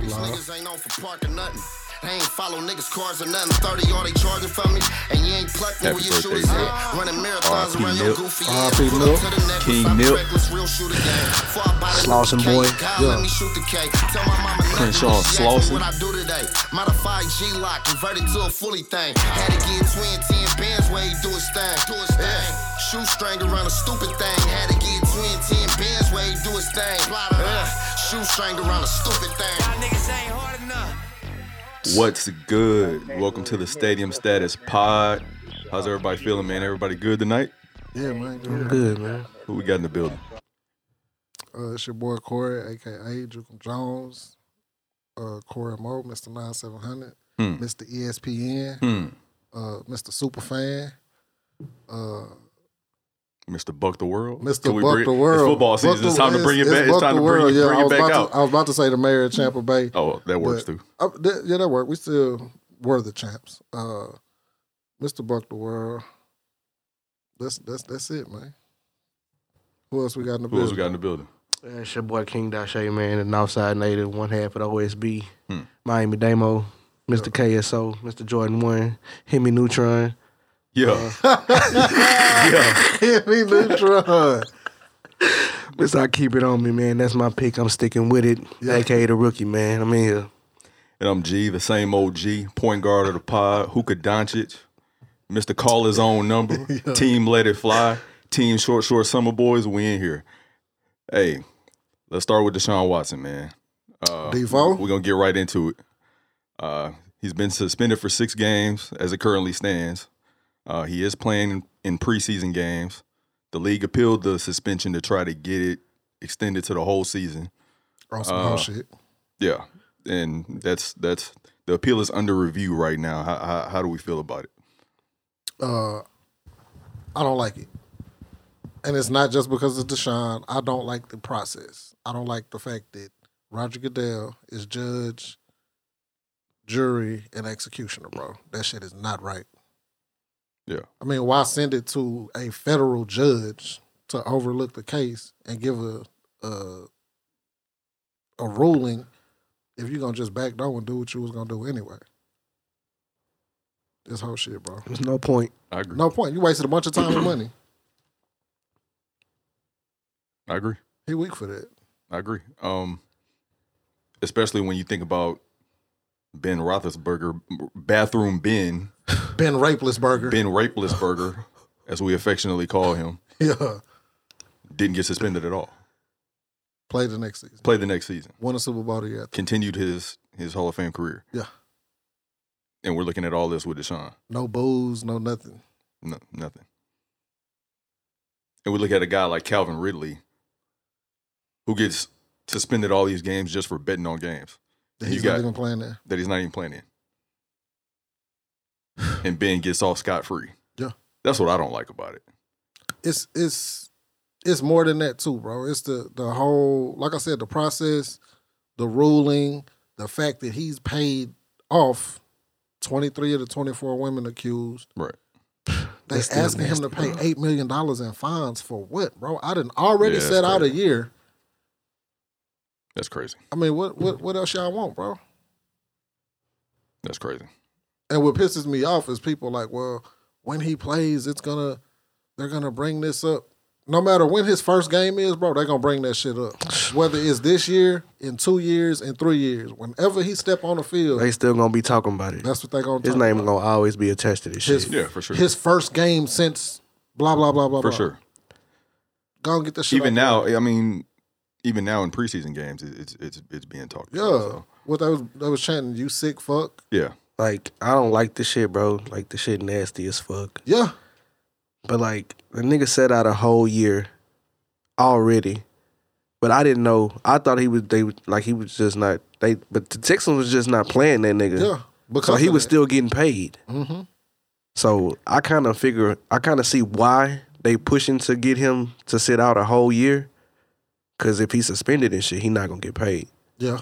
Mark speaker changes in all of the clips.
Speaker 1: These niggas ain't on for parking nothing. They ain't follow niggas' cars or nothing. 30 all they charging for me, and you ain't plucking
Speaker 2: Happy
Speaker 1: where your
Speaker 2: birthday,
Speaker 1: shooters
Speaker 2: Milk.
Speaker 1: at. Running marathons
Speaker 2: R.I.P.
Speaker 1: around your
Speaker 2: Milk.
Speaker 1: goofy ass.
Speaker 3: R.I.P.
Speaker 1: Pull up
Speaker 3: Milk.
Speaker 1: to the necklace,
Speaker 2: King
Speaker 1: I'm
Speaker 2: Milk.
Speaker 1: reckless, real shooter game. Before I buy the Luke
Speaker 3: Slauson
Speaker 1: K,
Speaker 3: boy.
Speaker 1: God,
Speaker 3: Yeah.
Speaker 1: let me shoot the cake. Tell my mama nothing,
Speaker 2: Crenshaw,
Speaker 1: she asked
Speaker 2: Slauson.
Speaker 1: me what I do today. Modified G-Lock, converted to a fully thing. Had to get twin 10 bands where he do his thing. Do his thing. Shoestring around a stupid thing. Had to get twin 10 bands where he do his thing. Yeah. Shoestring around a stupid thing.
Speaker 2: What's good? Welcome to the Stadium Status Pod. How's everybody feeling, man? Everybody good tonight?
Speaker 4: Yeah, man.
Speaker 3: I'm
Speaker 4: Good.
Speaker 3: good, man.
Speaker 2: Who we got in the building?
Speaker 4: Uh, it's your boy Corey, aka Jukum Jones. Uh, Corey Mo, Mr. 9700,
Speaker 2: Hmm.
Speaker 4: Mr. ESPN,
Speaker 2: Hmm.
Speaker 4: uh, Mr. Superfan, uh,
Speaker 2: Mr. Buck the World.
Speaker 4: Mr.
Speaker 2: Can we
Speaker 4: Buck
Speaker 2: bring-
Speaker 4: the World.
Speaker 2: It's football
Speaker 4: Buck
Speaker 2: season.
Speaker 4: the-
Speaker 2: it's time to bring it back. It's,
Speaker 4: Buck
Speaker 2: time
Speaker 4: the
Speaker 2: to bring,
Speaker 4: World.
Speaker 2: it-
Speaker 4: Yeah,
Speaker 2: bring
Speaker 4: I
Speaker 2: it
Speaker 4: was
Speaker 2: back
Speaker 4: about
Speaker 2: out.
Speaker 4: To, I was about to say the mayor of Champa Bay.
Speaker 2: oh, that works
Speaker 4: but-
Speaker 2: too.
Speaker 4: Uh, that, yeah, that worked. We still were the champs. Uh, Mr. Buck the World. That's that's that's it, man. Who else we got in the
Speaker 2: Who else we
Speaker 4: building?
Speaker 2: got in the building?
Speaker 3: Yeah, It's your boy King Dashay, man, an outside native, one half of the OSB,
Speaker 2: Hmm.
Speaker 3: Miami Damo, Mr. KSO, Mr. Jordan One, Hemi Neutron.
Speaker 2: Yeah.
Speaker 4: Henry Neutron.
Speaker 3: Mr. I keep it on me, man. That's my pick. I'm sticking with it. AKA the rookie, man. I'm in here.
Speaker 2: And I'm G, the same OG, point guard of the pod, Hookah Doncic, Mr. Call His Own Number, Team Let It Fly, Team Short Short Summer Boys, we in here. Hey, let's start with Deshaun Watson, man. Uh,
Speaker 4: Devo?
Speaker 2: We're going to get right into it. Uh, he's been suspended for six games as it currently stands. Uh, he is playing in, in preseason games. The league appealed the suspension to try to get it extended to the whole season.
Speaker 4: On some
Speaker 2: Uh,
Speaker 4: whole shit.
Speaker 2: Yeah, and that's that's the appeal is under review right now. How how, how do we feel about it?
Speaker 4: uh, I don't like it. And it's not just because of Deshaun. I don't like the process. I don't like the fact that Roger Goodell is judge, jury, and executioner, bro. That shit is not right.
Speaker 2: Yeah.
Speaker 4: I mean, why send it to a federal judge to overlook the case and give a a, a ruling if you're gonna just back down and do what you was gonna do anyway? This whole shit, bro.
Speaker 3: There's no point.
Speaker 2: I agree.
Speaker 4: No point. You wasted a bunch of time and money.
Speaker 2: I agree.
Speaker 4: He weak for that.
Speaker 2: I agree. Um, especially when you think about Ben Roethlisberger, bathroom Ben,
Speaker 4: Ben Rapeless Burger.
Speaker 2: Ben Rapelessberger, as we affectionately call him,
Speaker 4: Yeah.
Speaker 2: didn't get suspended at all.
Speaker 4: Played the next season.
Speaker 2: Played the next season.
Speaker 4: Won a Super Bowl the year. after.
Speaker 2: Continued his his Hall of Fame career.
Speaker 4: Yeah.
Speaker 2: And we're looking at all this with Deshaun.
Speaker 4: No booze, no nothing.
Speaker 2: No, nothing. And we look at a guy like Calvin Ridley, who gets suspended all these games just for betting on games You
Speaker 4: He's
Speaker 2: got-
Speaker 4: not even playing there.
Speaker 2: that he's not even playing in. and Ben gets off scot free.
Speaker 4: Yeah.
Speaker 2: That's what I don't like about it.
Speaker 4: It's it's it's more than that too, bro. It's the the whole like I said, the process, the ruling, the fact that he's paid off twenty three of the twenty four women accused.
Speaker 2: Right.
Speaker 4: They
Speaker 3: That's still
Speaker 4: asking him to
Speaker 3: nasty,
Speaker 4: pay
Speaker 3: bro.
Speaker 4: eight million dollars in fines for what, bro? I didn't already
Speaker 2: Yeah, that's
Speaker 4: set out a
Speaker 2: crazy.
Speaker 4: year.
Speaker 2: That's crazy.
Speaker 4: I mean, what what what else y'all want, bro?
Speaker 2: That's crazy.
Speaker 4: And what pisses me off is people like, well, when he plays, it's gonna they're gonna bring this up. No matter when his first game is, bro, they're gonna bring that shit up. Whether it's this year, in two years, in three years, whenever he step on the field,
Speaker 3: They still gonna be talking about it.
Speaker 4: that's what they're gonna.
Speaker 3: His
Speaker 4: talk
Speaker 3: name
Speaker 4: about.
Speaker 3: gonna always be attached to this
Speaker 4: His-
Speaker 3: shit.
Speaker 2: Yeah, for sure.
Speaker 4: His first game since blah blah blah blah.
Speaker 2: for
Speaker 4: blah.
Speaker 2: sure.
Speaker 4: Go and get the shit.
Speaker 2: Even
Speaker 4: out
Speaker 2: now, I mean, even now in preseason games, it- it's it's it's being talked
Speaker 4: there.
Speaker 2: about.
Speaker 4: yeah.
Speaker 2: so,
Speaker 4: What they was they was chanting, "You sick fuck."
Speaker 2: Yeah.
Speaker 3: Like I don't like this shit, bro. Like the shit nasty as fuck.
Speaker 4: Yeah,
Speaker 3: But like the nigga set out a whole year already. But I didn't know. I thought he was they was- like he was just not they but the Texans was just not playing that nigga.
Speaker 4: yeah. Because
Speaker 3: so he
Speaker 4: of
Speaker 3: was
Speaker 4: that.
Speaker 3: still getting paid.
Speaker 4: Mhm.
Speaker 3: So I kind of figure I kind of see why they pushing to get him to sit out a whole year. Cause if he's suspended and shit, he not gonna get paid.
Speaker 4: Yeah,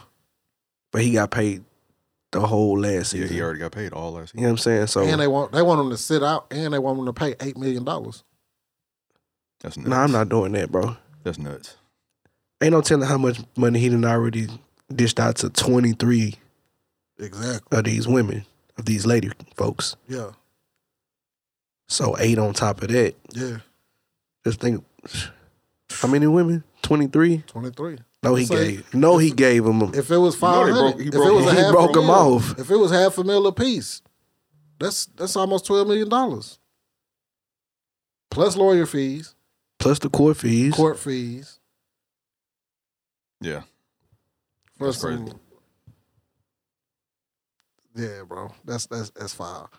Speaker 3: But he got paid the whole last
Speaker 2: yeah,
Speaker 3: season.
Speaker 2: he already got paid all last
Speaker 3: you
Speaker 2: year.
Speaker 3: know what I'm saying? So
Speaker 4: and they want they want him to sit out, and they want him to pay eight million dollars.
Speaker 2: That's nuts.
Speaker 3: no, I'm not doing that, bro.
Speaker 2: That's nuts.
Speaker 3: Ain't no telling how much money he done already dished out to 23
Speaker 4: Exactly.
Speaker 3: of these women, of these lady folks.
Speaker 4: Yeah.
Speaker 3: So eight on top of that.
Speaker 4: Yeah.
Speaker 3: Just think, how many women? 23?
Speaker 4: Twenty three.
Speaker 3: No, he
Speaker 4: So,
Speaker 3: gave. No, he gave them. A,
Speaker 4: If it was
Speaker 2: know
Speaker 4: five
Speaker 2: they
Speaker 4: hundred,
Speaker 2: broke- he
Speaker 4: if it
Speaker 2: broke-
Speaker 4: was a
Speaker 2: he
Speaker 4: half
Speaker 3: broke
Speaker 4: a
Speaker 3: 'em
Speaker 4: mil,
Speaker 3: off.
Speaker 4: if it was half a mil apiece, that's that's almost twelve million dollars, plus lawyer fees,
Speaker 3: plus the court fees.
Speaker 4: court fees.
Speaker 2: Yeah.
Speaker 4: for
Speaker 2: That's
Speaker 4: some-
Speaker 2: crazy.
Speaker 4: Yeah, bro, that's that's that's foul.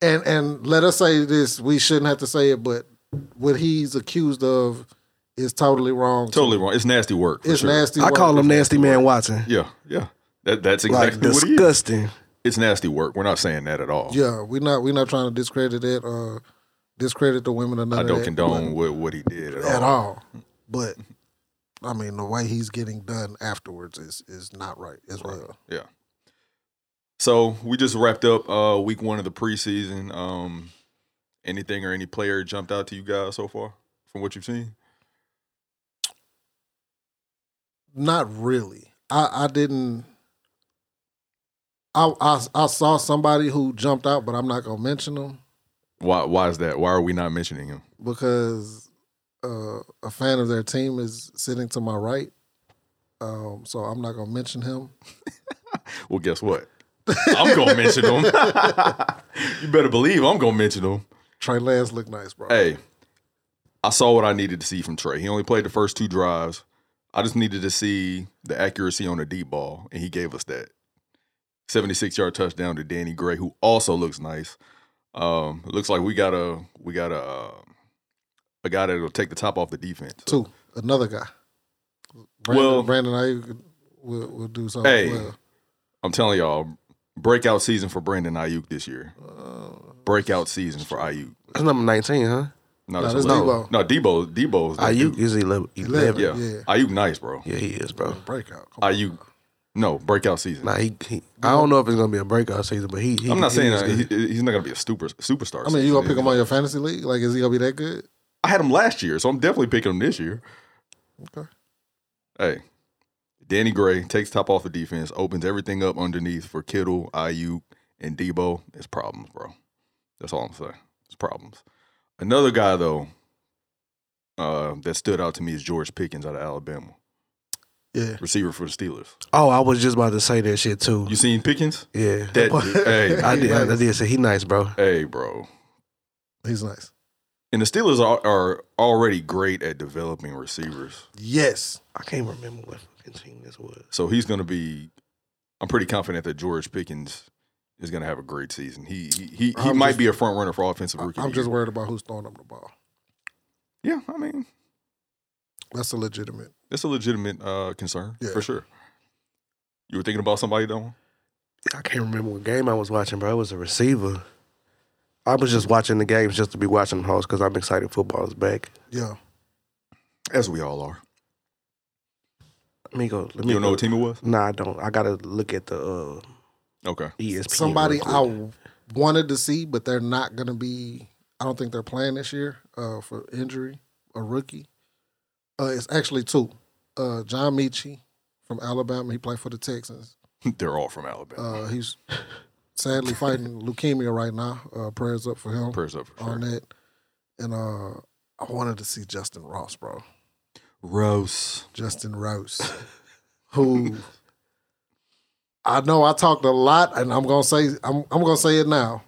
Speaker 4: And and let us say this: we shouldn't have to say it, but what he's accused of is totally wrong. too.
Speaker 2: Totally wrong. It's nasty work. for
Speaker 4: It's
Speaker 2: sure.
Speaker 4: nasty.
Speaker 3: I
Speaker 4: work.
Speaker 3: call him Nasty Man Watson.
Speaker 2: Yeah, yeah. That that's
Speaker 3: Like
Speaker 2: exactly what it is.
Speaker 3: disgusting.
Speaker 2: It's nasty work. We're not saying that at all.
Speaker 4: Yeah, we're not we're not trying to discredit it or discredit the women or none
Speaker 2: I
Speaker 4: of
Speaker 2: don't
Speaker 4: that,
Speaker 2: condone what, what he did at,
Speaker 4: but- at
Speaker 2: all.
Speaker 4: all. But I mean, the way he's getting done afterwards is is not right as well.
Speaker 2: Yeah. So we just wrapped up uh, week one of the preseason. Um, anything or any player jumped out to you guys so far from what you've seen?
Speaker 4: Not really. I I didn't. I, I I saw somebody who jumped out, but I'm not gonna mention them
Speaker 2: Why why is that? Why are we not mentioning him?
Speaker 4: because uh, a fan of their team is sitting to my right. Um, so I'm not gonna mention him.
Speaker 2: Well, guess what? I'm gonna mention him. you better believe I'm gonna mention him.
Speaker 4: Trey Lance looked nice, bro.
Speaker 2: Hey, I saw what I needed to see from Trey. He only played the first two drives. I just needed to see the accuracy on the deep ball, and he gave us that. 76 yard touchdown to Danny Gray, who also looks nice. Um, it looks like we got a we got a uh, a guy that'll take the top off the defense.
Speaker 4: Two, another guy. Brandon,
Speaker 2: Well-
Speaker 4: Brandon Ayuk will, will do something.
Speaker 2: Hey.
Speaker 4: well.
Speaker 2: I'm telling y'all, breakout season for Brandon Ayuk this year. Uh, breakout season for Ayuk.
Speaker 3: That's number 19, huh?
Speaker 2: No,
Speaker 4: that's
Speaker 2: eleven.
Speaker 4: Debo.
Speaker 2: No, Debo. Debo's that
Speaker 3: Ayuk
Speaker 2: dude.
Speaker 3: is 11.
Speaker 4: Eleven.
Speaker 3: 11.
Speaker 2: Yeah.
Speaker 4: Yeah.
Speaker 2: Ayuk, nice, bro.
Speaker 3: Yeah, he is, bro.
Speaker 4: breakout. Come on.
Speaker 2: Ayuk, no breakout season.
Speaker 3: Nah, he, he. I don't know if it's gonna be a breakout season, but he. he
Speaker 2: I'm not
Speaker 3: he
Speaker 2: saying
Speaker 3: is
Speaker 2: uh,
Speaker 3: good.
Speaker 2: he, he's not gonna be a super superstar.
Speaker 4: I mean, you
Speaker 2: season.
Speaker 4: gonna pick him on your fantasy league? Like, is he gonna be that good?
Speaker 2: I had him last year, so I'm definitely picking him this year.
Speaker 4: Okay.
Speaker 2: Hey, Danny Gray takes top off the defense, opens everything up underneath for Kittle, IU, and Debo. It's problems, bro. That's all I'm saying. It's problems. Another guy though uh, that stood out to me is George Pickens out of Alabama,
Speaker 4: Yeah.
Speaker 2: receiver for the Steelers.
Speaker 3: Oh, I was just about to say that shit too.
Speaker 2: You seen Pickens?
Speaker 3: Yeah,
Speaker 2: That dude, hey,
Speaker 3: I did.
Speaker 4: Nice.
Speaker 3: I did say he nice, bro.
Speaker 2: hey, bro.
Speaker 4: He's nice.
Speaker 2: And the Steelers are, are already great at developing receivers.
Speaker 4: Yes.
Speaker 3: I can't remember what fucking team this was.
Speaker 2: So he's going to be. I'm pretty confident that George Pickens is going to have a great season. He he he, he
Speaker 4: I'm
Speaker 2: might
Speaker 4: just-
Speaker 2: be a front runner for offensive rookie.
Speaker 4: I'm
Speaker 2: of the
Speaker 4: just
Speaker 2: year.
Speaker 4: worried about who's throwing him the ball.
Speaker 2: yeah. I mean,
Speaker 4: That's a legitimate.
Speaker 2: that's a legitimate uh, concern
Speaker 4: Yeah.
Speaker 2: for sure. You were thinking about somebody though.
Speaker 3: I can't remember what game I was watching, bro. It was a receiver. I was just watching the games just to be watching the host because I'm excited football is back.
Speaker 4: Yeah.
Speaker 2: As we all are.
Speaker 3: Let me go. Let me
Speaker 2: You don't know
Speaker 3: go.
Speaker 2: what team it was?
Speaker 3: Nah, I don't. I gotta look at the uh, E
Speaker 2: Okay.
Speaker 3: ESPN.
Speaker 4: Somebody
Speaker 3: real quick.
Speaker 4: I wanted to see, but they're not gonna be. I don't think they're playing this year uh, for injury. A rookie. Uh, it's actually two. Uh, John Michi from Alabama. He played for the Texans.
Speaker 2: They're all from Alabama.
Speaker 4: Uh, he's sadly fighting leukemia right now. Uh, prayers up for him
Speaker 2: Prayers up for sure.
Speaker 4: on that. And uh, I wanted to see Justin Ross, bro.
Speaker 2: Rose.
Speaker 4: Justin Rouse, who I know I talked a lot, and I'm gonna say I'm I'm gonna say it now,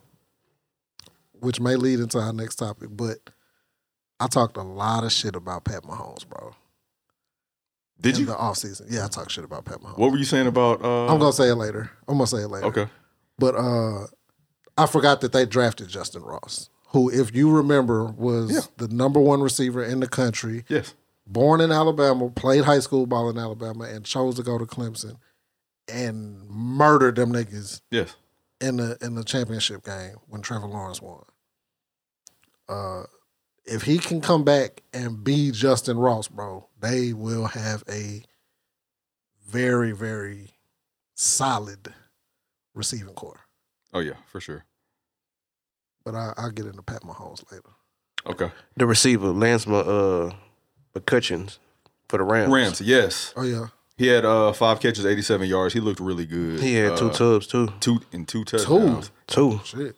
Speaker 4: which may lead into our next topic. But I talked a lot of shit about Pat Mahomes, bro.
Speaker 2: Did
Speaker 4: in
Speaker 2: you?
Speaker 4: the offseason? Yeah, I talked shit about Pat Mahomes.
Speaker 2: What were you saying about? Uh,
Speaker 4: I'm gonna say it later. I'm gonna say it later.
Speaker 2: okay.
Speaker 4: But uh, I forgot that they drafted Justin Ross, who, if you remember, was
Speaker 2: Yeah.
Speaker 4: the number one receiver in the country
Speaker 2: Yes.
Speaker 4: born in Alabama, played high school ball in Alabama, and chose to go to Clemson and murdered them niggas
Speaker 2: Yes.
Speaker 4: in the in the championship game when Trevor Lawrence won. Uh, if he can come back and be Justin Ross, bro, they will have a very very solid receiving core.
Speaker 2: Oh yeah, for sure.
Speaker 4: But I, I'll get into Pat Mahomes later.
Speaker 2: Okay.
Speaker 3: the receiver Lance Ma- uh, McCutcheons for the Rams.
Speaker 2: Rams. Yes.
Speaker 4: Oh yeah,
Speaker 2: He had uh, five catches, 87 yards. He looked really good.
Speaker 3: He had two
Speaker 2: Uh,
Speaker 3: tubs too.
Speaker 2: two and two touchdowns.
Speaker 3: Two.
Speaker 4: Shit.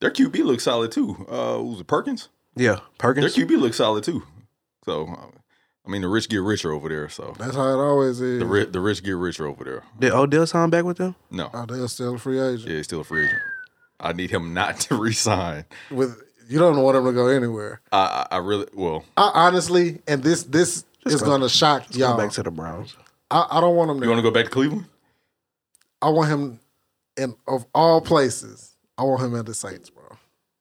Speaker 2: Their QB looked solid too. Uh, who's it, Perkins?
Speaker 3: Yeah.
Speaker 2: Their
Speaker 3: Perkins.
Speaker 2: QB looked solid too. So, I mean, the rich get richer over there. So
Speaker 4: That's how it always is.
Speaker 2: the ri- the rich get richer over there.
Speaker 3: Did Odell sign back with them?
Speaker 2: No,
Speaker 4: oh, they're still a free agent.
Speaker 2: yeah, he's still a free agent. I need him not to resign.
Speaker 4: With you don't want them to go anywhere.
Speaker 2: I, I I really well.
Speaker 4: I honestly, and this this is
Speaker 3: go-
Speaker 4: gonna shock
Speaker 3: Go
Speaker 4: y'all.
Speaker 3: back to the Browns.
Speaker 4: I, I don't want him
Speaker 2: You
Speaker 4: to.
Speaker 2: want to go back to Cleveland?
Speaker 4: I want him, in of all places, I want him at the Saints, bro.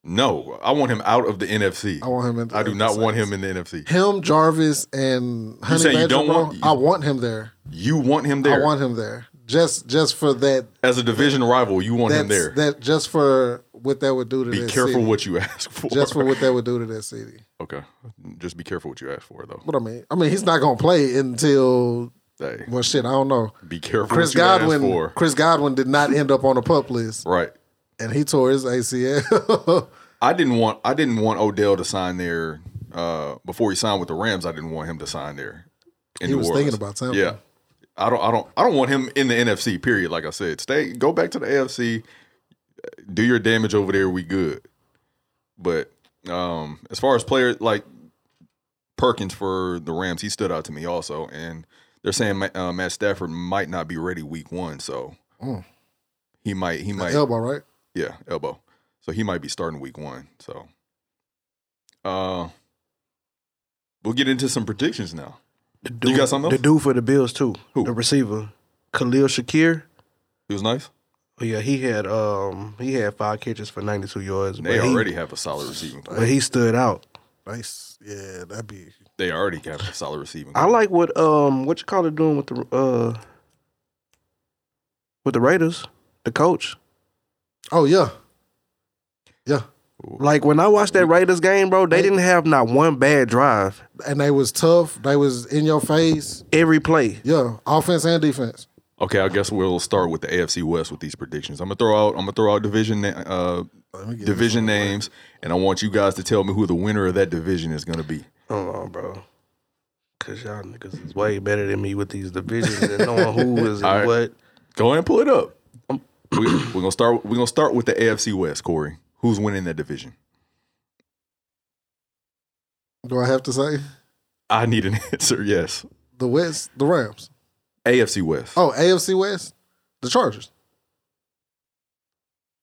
Speaker 2: No, I want him out of the NFC.
Speaker 4: I want him at. The,
Speaker 2: I do not want him in the NFC.
Speaker 4: Him, Jarvis, and Honey
Speaker 2: saying you
Speaker 4: Badger,
Speaker 2: don't
Speaker 4: bro,
Speaker 2: want-
Speaker 4: I want him there.
Speaker 2: You want him there
Speaker 4: I want him there just just for that.
Speaker 2: as a division rival. You want him
Speaker 4: That's,
Speaker 2: there.
Speaker 4: that just for what that would do to
Speaker 2: be
Speaker 4: that
Speaker 2: careful
Speaker 4: city.
Speaker 2: what you ask for.
Speaker 4: just for what that would do to that city.
Speaker 2: okay, just be careful what you ask for though.
Speaker 4: But I mean, I mean, he's not gonna play until
Speaker 2: Hey,
Speaker 4: well, shit. I don't know.
Speaker 2: be careful.
Speaker 4: Chris
Speaker 2: what you
Speaker 4: Godwin.
Speaker 2: ask for.
Speaker 4: Chris Godwin did not end up on the pup list,
Speaker 2: right?
Speaker 4: and he tore his ACL.
Speaker 2: I didn't want I didn't want Odell to sign there uh, before he signed with the Rams. I didn't want him to sign there. In
Speaker 4: He
Speaker 2: New
Speaker 4: was
Speaker 2: Orleans.
Speaker 4: thinking about Tampa.
Speaker 2: Yeah, I don't I don't I don't want him in the NFC. Period. Like I said, stay go back to the AFC, do your damage over there. We good. But um, as far as player like Perkins for the Rams, he stood out to me also, and they're saying Ma- uh, Matt Stafford might not be ready Week One, so
Speaker 4: Mm.
Speaker 2: he might he might
Speaker 4: Elbow, right?
Speaker 2: yeah, elbow. So he might be starting week one. So uh we'll get into some predictions now.
Speaker 3: The dude,
Speaker 2: got something
Speaker 3: The
Speaker 2: else?
Speaker 3: dude for the Bills too.
Speaker 2: Who?
Speaker 3: The receiver, Khalil Shakir.
Speaker 2: He was nice.
Speaker 3: Oh, yeah, he had um he had five catches for ninety two yards.
Speaker 2: They
Speaker 3: but he-
Speaker 2: already have a solid receiving core.
Speaker 3: but he stood out.
Speaker 4: Nice. Yeah, that'd be.
Speaker 2: They already have a solid receiving
Speaker 3: I
Speaker 2: core.
Speaker 3: like what um what you call it doing with the uh with the Raiders, the coach.
Speaker 4: Oh yeah, yeah.
Speaker 3: Like when I watched that Raiders game, bro, they didn't have not one bad drive.
Speaker 4: And they was tough. They was in your face.
Speaker 3: Every play.
Speaker 4: Yeah, offense and defense.
Speaker 2: Okay, I guess we'll start with the AFC West with these predictions. I'm gonna throw out I'm gonna throw out division na- uh
Speaker 4: Let me get
Speaker 2: division names and I want you guys to tell me who the winner of that division is gonna be.
Speaker 3: Hold on, bro. Cause y'all niggas is way better than me with these divisions and knowing who is
Speaker 2: All right.
Speaker 3: and what.
Speaker 2: Go ahead and pull it up.
Speaker 3: Um,
Speaker 2: We, we're gonna start we're gonna start with the AFC West, Corey. Who's winning that division?
Speaker 4: Do I have to say
Speaker 2: I need an answer, yes.
Speaker 4: the West, the Rams?
Speaker 2: AFC West.
Speaker 4: Oh, AFC West, the Chargers.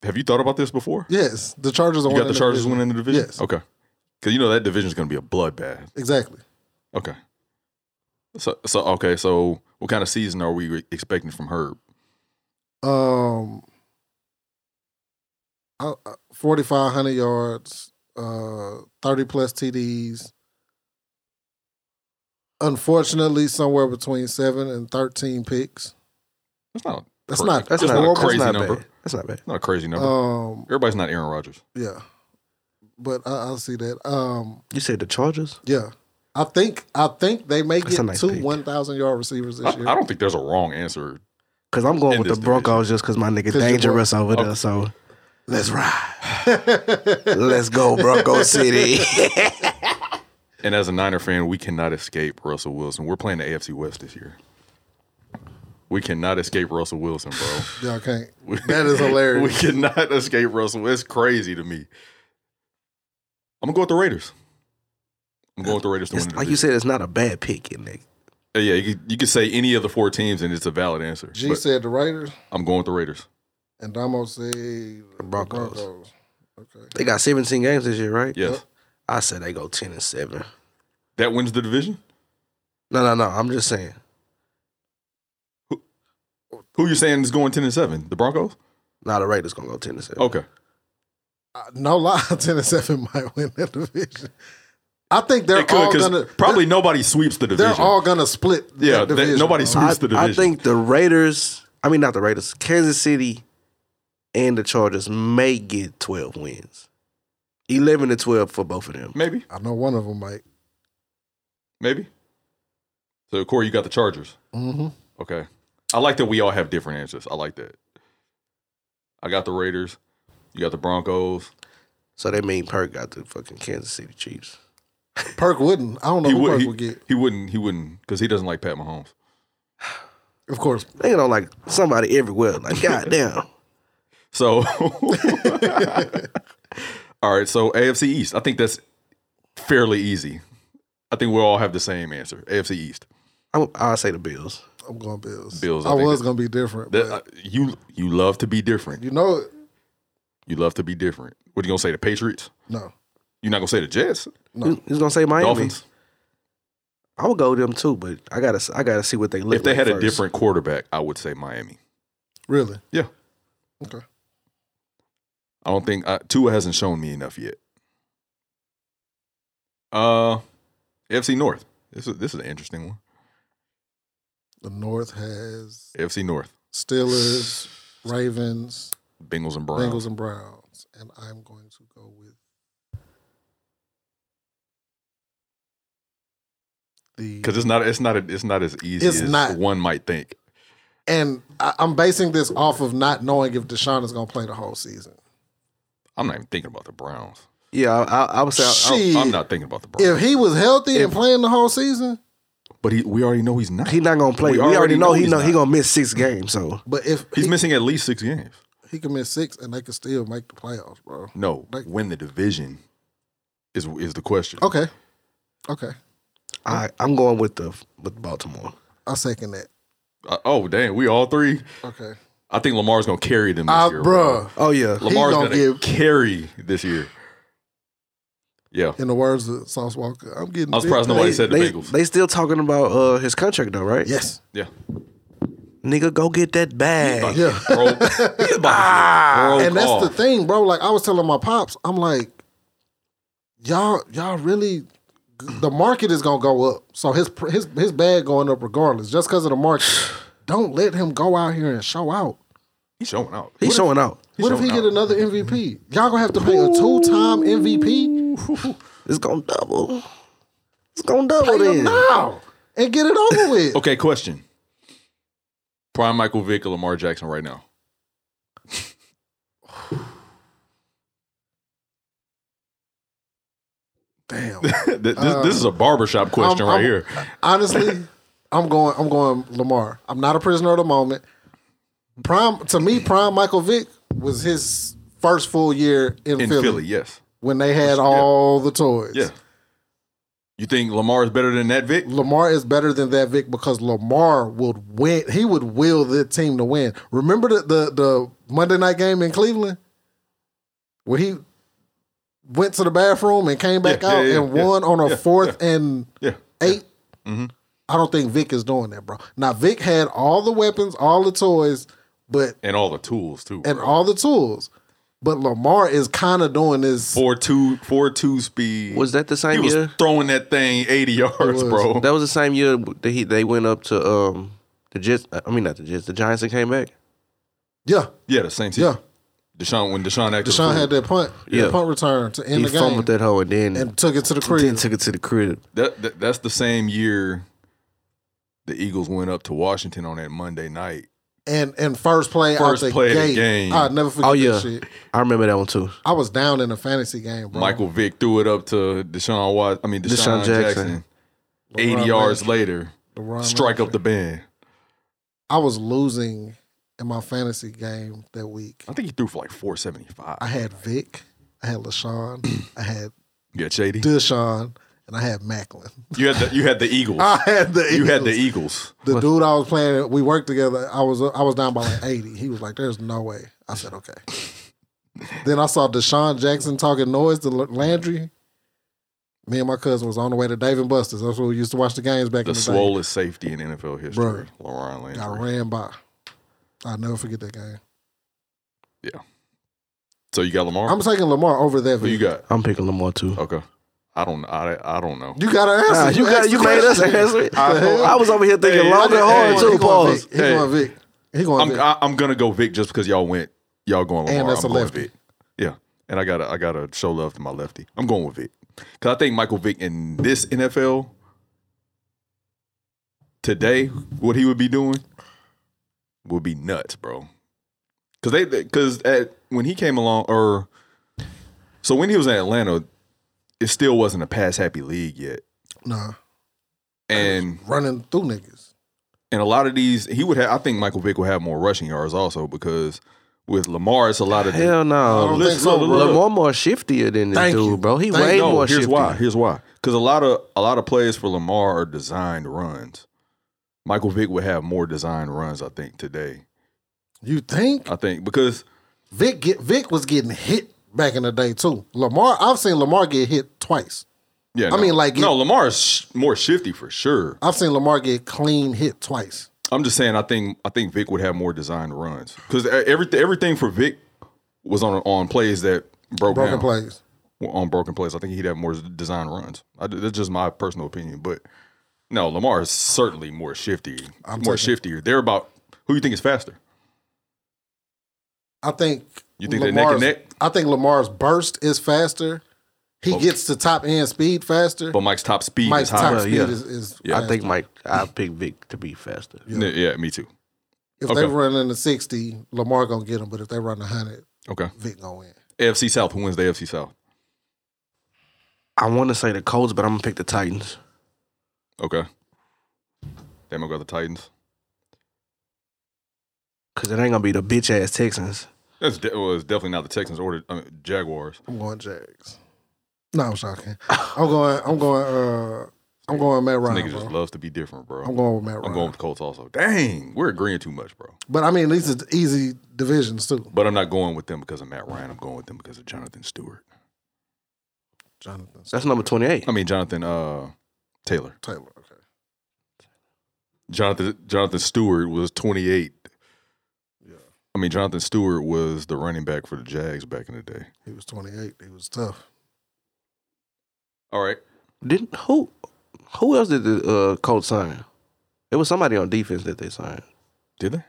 Speaker 2: Have you thought about this before?
Speaker 4: Yes, the Chargers are
Speaker 2: You got
Speaker 4: winning
Speaker 2: the Chargers
Speaker 4: division.
Speaker 2: winning the division?
Speaker 4: Yes.
Speaker 2: Okay. Because you know that division is going to be a bloodbath.
Speaker 4: Exactly.
Speaker 2: Okay. So, so okay. So, what kind of season are we expecting from Herb?
Speaker 4: Um, forty five hundred yards, uh, thirty plus TDs. Unfortunately, somewhere between seven and thirteen picks.
Speaker 2: That's not
Speaker 4: That's
Speaker 2: Correct.
Speaker 4: not
Speaker 3: That's
Speaker 2: Just
Speaker 3: not,
Speaker 2: not a
Speaker 3: that's
Speaker 2: crazy
Speaker 3: not
Speaker 2: number.
Speaker 3: Bad. That's not bad.
Speaker 2: not a crazy number.
Speaker 4: Um,
Speaker 2: Everybody's not Aaron Rodgers.
Speaker 4: yeah, but I, I see that. Um,
Speaker 3: You said the Chargers?
Speaker 4: yeah, I think I think they may
Speaker 3: That's a
Speaker 4: get
Speaker 3: nice
Speaker 4: two
Speaker 3: pick.
Speaker 4: one thousand yard receivers
Speaker 2: I,
Speaker 4: this year.
Speaker 2: I don't think there's a wrong answer.
Speaker 3: Cause I'm going
Speaker 2: In
Speaker 3: with the
Speaker 2: this division.
Speaker 3: Broncos just cause my nigga
Speaker 4: 'Cause you're
Speaker 3: dangerous over
Speaker 2: Okay.
Speaker 3: there. So
Speaker 4: Let's ride.
Speaker 3: let's go, Bronco City.
Speaker 2: And as a Niner fan, we cannot escape Russell Wilson. We're playing the AFC West this year. We cannot escape Russell Wilson, bro.
Speaker 4: Y'all can't. That is hilarious.
Speaker 2: we cannot escape Russell. It's crazy to me. I'm gonna go with the Raiders. I'm going with the Raiders to
Speaker 3: It's-
Speaker 2: win. The
Speaker 3: like you
Speaker 2: division.
Speaker 3: said, it's not a bad pick, you nigga.
Speaker 2: Uh, yeah, you could, you could say any of the four teams, and it's a valid answer.
Speaker 4: G
Speaker 2: But
Speaker 4: said the Raiders,
Speaker 2: I'm going with the Raiders.
Speaker 4: and Damo said the
Speaker 3: Broncos.
Speaker 4: Broncos. Okay.
Speaker 3: They got 17 games this year, right?
Speaker 2: Yes,
Speaker 4: Yep.
Speaker 3: I said they go 10 and 7.
Speaker 2: that wins the division.
Speaker 3: No, no, no. I'm just saying.
Speaker 2: Who you saying is going ten and seven? The Broncos.
Speaker 3: Now the Raiders going to go 10 and 7.
Speaker 2: Okay,
Speaker 4: Uh, no lie, ten and seven might win that division. I think they're
Speaker 2: it could
Speaker 4: all
Speaker 2: because
Speaker 4: gonna
Speaker 2: probably nobody sweeps the
Speaker 4: they're
Speaker 2: division.
Speaker 4: all gonna split. that
Speaker 2: Yeah, they-
Speaker 4: division,
Speaker 2: nobody
Speaker 4: bro.
Speaker 2: sw-
Speaker 3: I,
Speaker 2: Who's the
Speaker 3: I
Speaker 2: division?
Speaker 3: think the Raiders, I mean, not the Raiders, Kansas City and the Chargers may get 12 wins. 11 to 12 for both of them.
Speaker 2: maybe,
Speaker 4: I know one of them might.
Speaker 2: maybe. So Corey, you got the Chargers.
Speaker 4: hmm
Speaker 2: Okay, I like that we all have different answers. I like that. I got the Raiders. You got the Broncos.
Speaker 3: So that mean Perk got the fucking Kansas City Chiefs.
Speaker 4: Perk wouldn't. I don't know
Speaker 2: He
Speaker 4: who
Speaker 2: would.
Speaker 4: Perk
Speaker 2: He,
Speaker 4: would get.
Speaker 2: he wouldn't. He wouldn't because he doesn't like Pat Mahomes.
Speaker 4: Of course.
Speaker 3: Nigga don't like somebody everywhere. Like, goddamn.
Speaker 2: So, all right. So AFC East. I think that's fairly easy. I think we all have the same answer. AFC East.
Speaker 3: I'm, I'll say the Bills.
Speaker 4: I'm going Bills.
Speaker 2: Bills, I
Speaker 4: I,
Speaker 2: think
Speaker 4: was
Speaker 2: that-
Speaker 4: gonna be different.
Speaker 2: That-
Speaker 4: but
Speaker 2: uh, you you love to be different.
Speaker 4: you know it.
Speaker 2: You love to be different. What you gonna say? The Patriots?
Speaker 4: No.
Speaker 2: You're not gonna say the Jets?
Speaker 4: No.
Speaker 3: He's gonna say Miami.
Speaker 2: Dolphins?
Speaker 3: I would go with them too, but I gotta I gotta see what they look.
Speaker 2: If they
Speaker 3: like
Speaker 2: had a
Speaker 3: first.
Speaker 2: different quarterback, I would say Miami.
Speaker 4: Really?
Speaker 2: Yeah.
Speaker 4: Okay.
Speaker 2: I don't think uh, Tua hasn't shown me enough yet. Uh, FC North. This is this is an interesting one.
Speaker 4: The North has
Speaker 2: FC North,
Speaker 4: Steelers, Ravens,
Speaker 2: Bengals and Browns.
Speaker 4: Bengals, and Browns. And I'm going to go with
Speaker 2: Because
Speaker 4: the
Speaker 2: it's not it's not a, it's not as easy
Speaker 4: It's
Speaker 2: as
Speaker 4: not.
Speaker 2: one might think.
Speaker 4: and I, I'm basing this off of not knowing if Deshaun is gonna play the whole season.
Speaker 2: I'm not even thinking about the Browns.
Speaker 3: yeah, I, I, I would say I,
Speaker 4: Shit.
Speaker 2: I'm not thinking about the Browns.
Speaker 4: If he was healthy and playing the whole season,
Speaker 2: but he, we already know he's not.
Speaker 3: I, he not gonna play.
Speaker 2: We
Speaker 3: We,
Speaker 2: already
Speaker 3: already, know,
Speaker 2: know
Speaker 3: he
Speaker 2: he's
Speaker 3: know he
Speaker 2: not.
Speaker 3: gonna miss six games. So
Speaker 4: but if
Speaker 2: he's
Speaker 4: he,
Speaker 2: missing at least six games.
Speaker 4: he can miss six and they can still make the playoffs, bro.
Speaker 2: No,
Speaker 4: Like-
Speaker 2: win the division is is the question.
Speaker 4: Okay. Okay.
Speaker 3: I I'm going with the with Baltimore.
Speaker 4: I second that.
Speaker 2: Uh, oh damn, we all three.
Speaker 4: Okay.
Speaker 2: I think Lamar's gonna carry them this
Speaker 4: Ah,
Speaker 2: year, bro.
Speaker 4: bruh.
Speaker 3: Oh yeah,
Speaker 2: Lamar's
Speaker 4: gonna
Speaker 2: gonna,
Speaker 4: give-
Speaker 2: carry this year. Yeah,
Speaker 4: In the words of Sauce Walker, I'm getting.
Speaker 2: I was surprised
Speaker 4: big
Speaker 2: nobody
Speaker 4: paid.
Speaker 2: said the
Speaker 3: they
Speaker 2: Bengals.
Speaker 3: they still talking about uh his contract though, right?
Speaker 4: Yes.
Speaker 2: yeah,
Speaker 3: nigga, go get that bag.
Speaker 4: Yeah.
Speaker 2: bro. He's about to get
Speaker 4: and that's
Speaker 2: broke
Speaker 4: the
Speaker 2: off.
Speaker 4: thing, bro. Like I was telling my pops, I'm like, y'all, y'all really, the market is gonna go up. So his his his bag going up regardless, just because of the market. Don't let him go out here and show out.
Speaker 2: He's showing out.
Speaker 3: He's showing out.
Speaker 4: What if he
Speaker 2: showing
Speaker 4: get
Speaker 2: out.
Speaker 4: another MVP? Y'all gonna have to pay a two time MVP.
Speaker 3: It's gonna double. It's gonna double
Speaker 4: Pay him
Speaker 3: then.
Speaker 4: now and get it over with.
Speaker 2: Okay, question. Prime Michael Vick or Lamar Jackson right now?
Speaker 4: Damn.
Speaker 2: Th- this, this is a barbershop question
Speaker 4: I'm-
Speaker 2: right
Speaker 4: I'm-
Speaker 2: here.
Speaker 4: Honestly, I'm going. I'm going Lamar. I'm not a prisoner of the moment. Prime to me, prime Michael Vick was his first full year in,
Speaker 2: In
Speaker 4: Philly,
Speaker 2: Philly. yes.
Speaker 4: when they had all the toys.
Speaker 2: Yeah. You think Lamar is better than that Vick?
Speaker 4: Lamar is better than that Vic because Lamar would win. He would will the team to win. Remember the the, the Monday night game in Cleveland where he went to the bathroom and came back
Speaker 2: Yeah, yeah,
Speaker 4: out
Speaker 2: yeah,
Speaker 4: and
Speaker 2: yeah,
Speaker 4: won on a
Speaker 2: yeah,
Speaker 4: fourth and
Speaker 2: Yeah.
Speaker 4: eight. I don't think Vic is doing that, bro. Now Vic had all the weapons, all the toys, but
Speaker 2: And all the tools too.
Speaker 4: and
Speaker 2: bro.
Speaker 4: all the tools. But Lamar is kind of doing this.
Speaker 2: four two four two speed.
Speaker 3: Was that the
Speaker 2: he
Speaker 3: same
Speaker 2: was
Speaker 3: year?
Speaker 2: throwing that thing eighty yards, bro.
Speaker 3: That was the same year that he they went up to um the Jets. I mean not the Jets, the Giants that came back.
Speaker 4: Yeah,
Speaker 2: yeah, the same
Speaker 4: yeah.
Speaker 2: season. Deshaun when Deshaun actually
Speaker 4: Deshaun had that punt, yeah.
Speaker 3: Yeah.
Speaker 4: punt return to end
Speaker 3: He
Speaker 4: the game,
Speaker 3: fumbled that hoe and then
Speaker 4: and took it to the
Speaker 3: then
Speaker 4: crib.
Speaker 3: took it to the crib.
Speaker 2: That, that that's the same year the Eagles went up to Washington on that Monday night.
Speaker 4: and and first play
Speaker 2: First
Speaker 4: out the
Speaker 2: play of the
Speaker 4: gate.
Speaker 2: game.
Speaker 4: I'll never forget
Speaker 3: Oh
Speaker 4: that
Speaker 3: yeah,
Speaker 4: shit.
Speaker 3: I remember that one too.
Speaker 4: I was down in a fantasy game, bro.
Speaker 2: Michael Vick threw it up to Deshaun Wat I mean Deshaun,
Speaker 3: Deshaun
Speaker 2: Jackson.
Speaker 3: Jackson.
Speaker 2: Eighty
Speaker 4: LeBron
Speaker 2: yards
Speaker 4: James.
Speaker 2: later,
Speaker 4: LeBron
Speaker 2: strike
Speaker 4: James.
Speaker 2: up the band.
Speaker 4: I was losing in my fantasy game that week.
Speaker 2: I think he threw for like four seventy five.
Speaker 4: I had Vic, I had LaShawn, I had
Speaker 2: You had Shady.
Speaker 4: Deshaun, and I had Macklin.
Speaker 2: You had the you had the Eagles.
Speaker 4: I had the
Speaker 2: You had the
Speaker 4: Eagles.
Speaker 2: Ah, Eagles.
Speaker 4: the dude I was playing. We worked together. I was I was down by like eighty. He was like, "There's no way." I said, "Okay." then I saw Deshaun Jackson talking noise to L- Landry. Me and my cousin was on the way to Dave and Buster's. That's where we used to watch the games back
Speaker 2: The
Speaker 4: in the day.
Speaker 2: swollest safety in NFL history.
Speaker 4: Bruh.
Speaker 2: LaRon Landry.
Speaker 4: Got ran by. I'll never forget that game.
Speaker 2: So you got Lamar?
Speaker 4: I'm taking Lamar over that.
Speaker 2: Who you
Speaker 4: Vic.
Speaker 2: got?
Speaker 3: I'm picking Lamar too.
Speaker 2: Okay. I don't I I don't know.
Speaker 4: You got an answer.
Speaker 3: Ah, you got
Speaker 4: asked
Speaker 3: you
Speaker 4: the
Speaker 3: made us
Speaker 4: question.
Speaker 3: answer. it.
Speaker 4: The hell?
Speaker 3: I was over here thinking
Speaker 2: Hey,
Speaker 3: long and
Speaker 2: hey,
Speaker 3: hard
Speaker 2: hey,
Speaker 4: he going
Speaker 3: too.
Speaker 4: Vic.
Speaker 3: Pause.
Speaker 4: He
Speaker 2: Hey.
Speaker 4: going Vic. He going
Speaker 2: I'm
Speaker 4: Vic.
Speaker 2: I, I'm gonna go Vic just because y'all went y'all going Lamar.
Speaker 4: And that's
Speaker 2: I'm
Speaker 4: a
Speaker 2: going
Speaker 4: lefty.
Speaker 2: Vic. Yeah, and I gotta I gotta show love to my lefty. I'm going with Vic because I think Michael Vick in this NFL today, what he would be doing would be nuts, bro. Because they because at when he came along or so when he was in Atlanta, it still wasn't a pass happy league yet,
Speaker 4: Nah,
Speaker 2: and
Speaker 4: running through niggas.
Speaker 2: And a lot of these, he would have. I think Michael Vick would have more rushing yards also because with Lamar, it's a lot of the-
Speaker 3: Hell
Speaker 4: I
Speaker 3: no.
Speaker 4: don't think so, bro.
Speaker 3: Lamar more shiftier than this
Speaker 4: Thank
Speaker 3: dude,
Speaker 4: you.
Speaker 3: bro. He
Speaker 4: Thank
Speaker 3: way
Speaker 4: you.
Speaker 2: no,
Speaker 3: more
Speaker 2: here's
Speaker 3: shifty.
Speaker 2: why. Here's why. Because a lot of a lot of plays for Lamar are designed runs. Michael Vick would have more designed runs, I think, today.
Speaker 4: You think
Speaker 2: I think because
Speaker 4: Vic get Vic was getting hit back in the day too. Lamar, I've seen Lamar get hit twice.
Speaker 2: yeah,
Speaker 4: I
Speaker 2: no.
Speaker 4: mean, like,
Speaker 2: no,
Speaker 4: it-
Speaker 2: Lamar is sh- more shifty for sure.
Speaker 4: I've seen Lamar get clean hit twice.
Speaker 2: I'm just saying, I think I think Vic would have more designed runs because everything everything for Vic was on on plays that broke
Speaker 4: Broken
Speaker 2: down.
Speaker 4: plays.
Speaker 2: on broken plays. I think he'd have more design runs. I, that's just my personal opinion, but no, Lamar is certainly more shifty, more shiftier. They're about who you think is faster.
Speaker 4: I think
Speaker 2: You think they neck and neck?
Speaker 4: I think Lamar's burst is faster. He gets to top end speed faster.
Speaker 2: But Mike's top Oh, speed
Speaker 4: Mike's
Speaker 2: is higher.
Speaker 4: top
Speaker 3: Well,
Speaker 4: speed
Speaker 3: yeah.
Speaker 4: is, is
Speaker 2: Yeah,
Speaker 3: I
Speaker 4: faster.
Speaker 3: think Mike I pick Vic to be faster.
Speaker 2: yeah. yeah, me too.
Speaker 4: if
Speaker 2: okay.
Speaker 4: they run in the sixty, Lamar gonna get him. But if they run hundred,
Speaker 2: Okay,
Speaker 4: Vic gonna win.
Speaker 2: AFC South. Who wins the AFC South?
Speaker 3: I wanna say the Colts, but I'm gonna pick the Titans.
Speaker 2: Okay, damn, I got the Titans.
Speaker 3: Cause it ain't gonna be the bitch ass Texans.
Speaker 2: That's de- well, it's definitely not the Texans or the I mean, Jaguars.
Speaker 4: I'm going Jags. No, I'm shocking. I'm going. I'm going. uh I'm going Matt
Speaker 2: This
Speaker 4: Ryan.
Speaker 2: nigga
Speaker 4: bro.
Speaker 2: just loves to be different, bro.
Speaker 4: I'm going with Matt Ryan.
Speaker 2: I'm going with the Colts also. Dang, we're agreeing too much, bro.
Speaker 4: But I mean, these are easy divisions too.
Speaker 2: But I'm not going with them because of Matt Ryan. I'm going with them because of Jonathan Stewart.
Speaker 4: Jonathan
Speaker 3: That's number twenty eight.
Speaker 2: I mean Jonathan uh, Taylor.
Speaker 4: Taylor. Okay.
Speaker 2: Jonathan Jonathan Stewart was 28. I mean Jonathan Stewart was the running back for the Jags back in the day.
Speaker 4: He was 28. He was tough.
Speaker 2: All right.
Speaker 3: Didn't who who else did the uh, Colts sign? It was somebody on defense that they signed.
Speaker 2: Did they?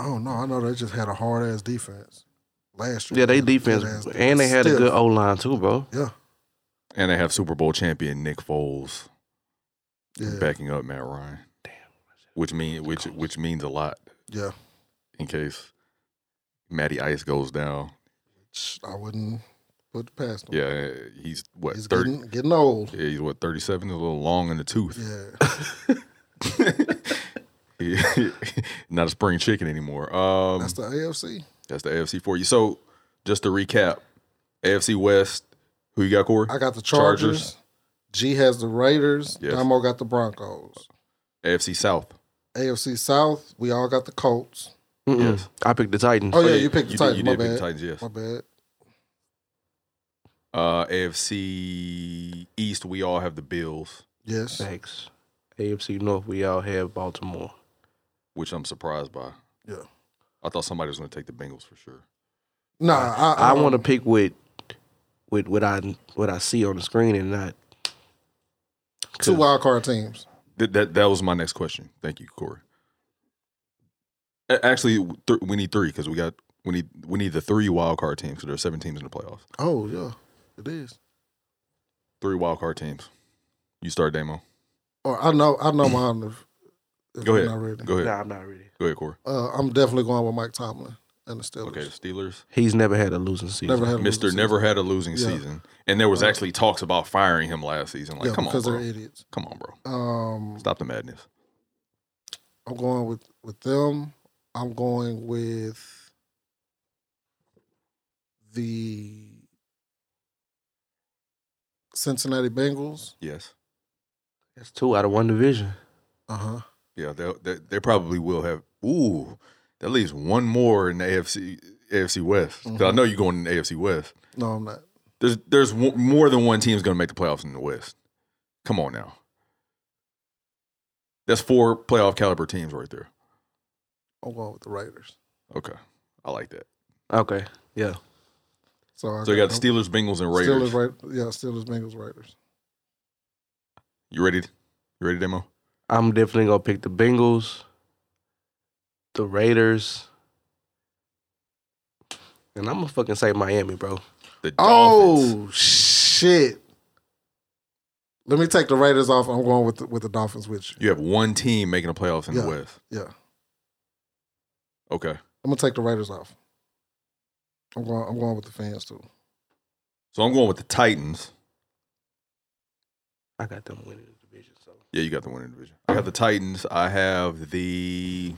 Speaker 4: I don't know. I know they just had a hard ass defense last year.
Speaker 3: Yeah, they
Speaker 4: Good
Speaker 3: defense
Speaker 4: ass
Speaker 3: and they had a
Speaker 4: Stiff.
Speaker 3: good O line too, bro.
Speaker 4: Yeah,
Speaker 2: And they have Super Bowl champion Nick Foles
Speaker 4: yeah,
Speaker 2: backing up Matt Ryan. Damn. Which mean which which means a lot
Speaker 4: yeah.
Speaker 2: in case Matty Ice goes down.
Speaker 4: Sh- I wouldn't put it past him.
Speaker 2: Yeah, he's what
Speaker 4: he's
Speaker 2: 30
Speaker 4: getting getting old.
Speaker 2: Yeah, he's what 37 is a little long in the tooth.
Speaker 4: Yeah,
Speaker 3: Um,
Speaker 2: Not a spring chicken anymore. Um,
Speaker 4: that's the AFC.
Speaker 2: That's the AFC for you. So just to recap, AFC West, who you got, Corey?
Speaker 4: I got the Chargers.
Speaker 2: Chargers.
Speaker 4: G has the Raiders.
Speaker 2: Yes.
Speaker 4: Damo got the Broncos.
Speaker 2: AFC South.
Speaker 4: AFC South. We all got the Colts.
Speaker 3: Mm-mm.
Speaker 2: Yes.
Speaker 3: I picked the Titans.
Speaker 4: Oh yeah,
Speaker 2: did-
Speaker 4: you picked the
Speaker 2: did-
Speaker 4: Titans.
Speaker 2: You
Speaker 4: My
Speaker 2: did pick the
Speaker 4: bad.
Speaker 2: Titans, yes.
Speaker 4: My bad.
Speaker 2: Uh, AFC East, we all have the Bills,
Speaker 4: Yes.
Speaker 3: Thanks. AFC North, we all have Baltimore.
Speaker 2: which I'm surprised by.
Speaker 4: Yeah.
Speaker 2: I thought somebody was going to take the Bengals for sure.
Speaker 4: Nah, I,
Speaker 3: I want to pick with with what I what I see on the screen and not
Speaker 4: two wild card teams.
Speaker 2: That that, that was my next question. Thank you, Corey. A- Actually, th- we need three because we got we need we need the three wild card teams. 'cause there are seven teams in the playoffs.
Speaker 4: Oh yeah, it is.
Speaker 2: Three wild card teams. You start, Damo.
Speaker 4: Or I know I know mine. If, if
Speaker 2: Go
Speaker 4: you're
Speaker 2: ahead.
Speaker 4: Not ready.
Speaker 2: Go ahead.
Speaker 3: Nah, I'm not ready.
Speaker 2: Go ahead, Corey.
Speaker 4: Uh, I'm definitely going with Mike Tomlin and the Steelers.
Speaker 2: Okay, the Steelers.
Speaker 3: He's never had a losing season.
Speaker 4: Never had a losing
Speaker 2: Mister
Speaker 4: season.
Speaker 2: never had a losing
Speaker 4: Yeah. Uh,
Speaker 2: season, and there was actually talks about firing him last season. Like,
Speaker 4: yeah,
Speaker 2: come on,
Speaker 4: because
Speaker 2: bro.
Speaker 4: they're idiots.
Speaker 2: come on, bro.
Speaker 4: Um,
Speaker 2: Stop the madness.
Speaker 4: I'm going with with them. I'm going with the Cincinnati Bengals.
Speaker 2: Yes,
Speaker 3: That's two out of one division.
Speaker 4: Uh huh.
Speaker 2: Uh-huh. yeah, they, they, they probably will have. Ooh, that leaves one more in the AFC AFC West. 'Cause
Speaker 4: Mm-hmm.
Speaker 2: I know you're going in the AFC West.
Speaker 4: No, I'm not.
Speaker 2: There's there's one, more than one team's going to make the playoffs in the West. Come on now. That's four playoff caliber teams right there.
Speaker 4: I'm going with the Raiders.
Speaker 2: Okay, I like that.
Speaker 3: Okay. Yeah.
Speaker 4: So, I
Speaker 2: So you got the Steelers, Bengals, and Raiders.
Speaker 4: Steelers, Ra- yeah, Steelers, Bengals, Raiders.
Speaker 2: You ready? You ready, Demo?
Speaker 3: I'm definitely gonna pick the Bengals, the Raiders, and I'm gonna fucking say Miami, bro.
Speaker 2: The Dolphins.
Speaker 4: Oh shit! Let me take the Raiders off. I'm going with the, with the Dolphins with you.
Speaker 2: You have one team making the playoffs in
Speaker 4: Yeah.
Speaker 2: the West.
Speaker 4: Yeah,
Speaker 2: Okay.
Speaker 4: I'm gonna take the Raiders off. I'm going. I'm going with the fans too.
Speaker 2: So I'm going with the Titans.
Speaker 3: I got them winning the division. So
Speaker 2: Yeah, you got the winning division. I got the Titans. I have the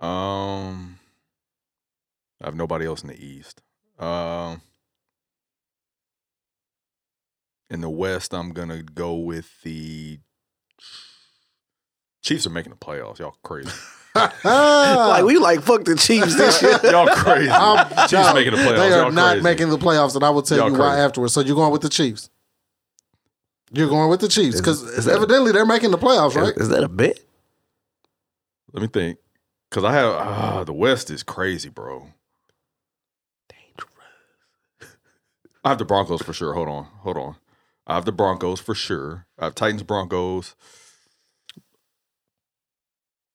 Speaker 2: um I have nobody else in the East. Um in the West, I'm gonna go with the Chiefs are making the playoffs. Y'all crazy.
Speaker 4: Ah.
Speaker 3: like we like fuck the Chiefs this year.
Speaker 2: Y'all crazy. Chiefs
Speaker 4: dog,
Speaker 2: making the playoffs.
Speaker 4: They are
Speaker 2: Y'all
Speaker 4: not
Speaker 2: crazy.
Speaker 4: making the playoffs, and I will tell
Speaker 2: Y'all
Speaker 4: you why
Speaker 2: crazy.
Speaker 4: afterwards. So you're going with the Chiefs. You're going with the Chiefs because
Speaker 3: Is- is that-
Speaker 4: evidently they're making the playoffs, right?
Speaker 3: Is that a bet?
Speaker 2: Let me think. Cause I have ah, the West is crazy, bro. I have the Broncos for sure. Hold on, hold on. I have the Broncos for sure. I have Titans, Broncos.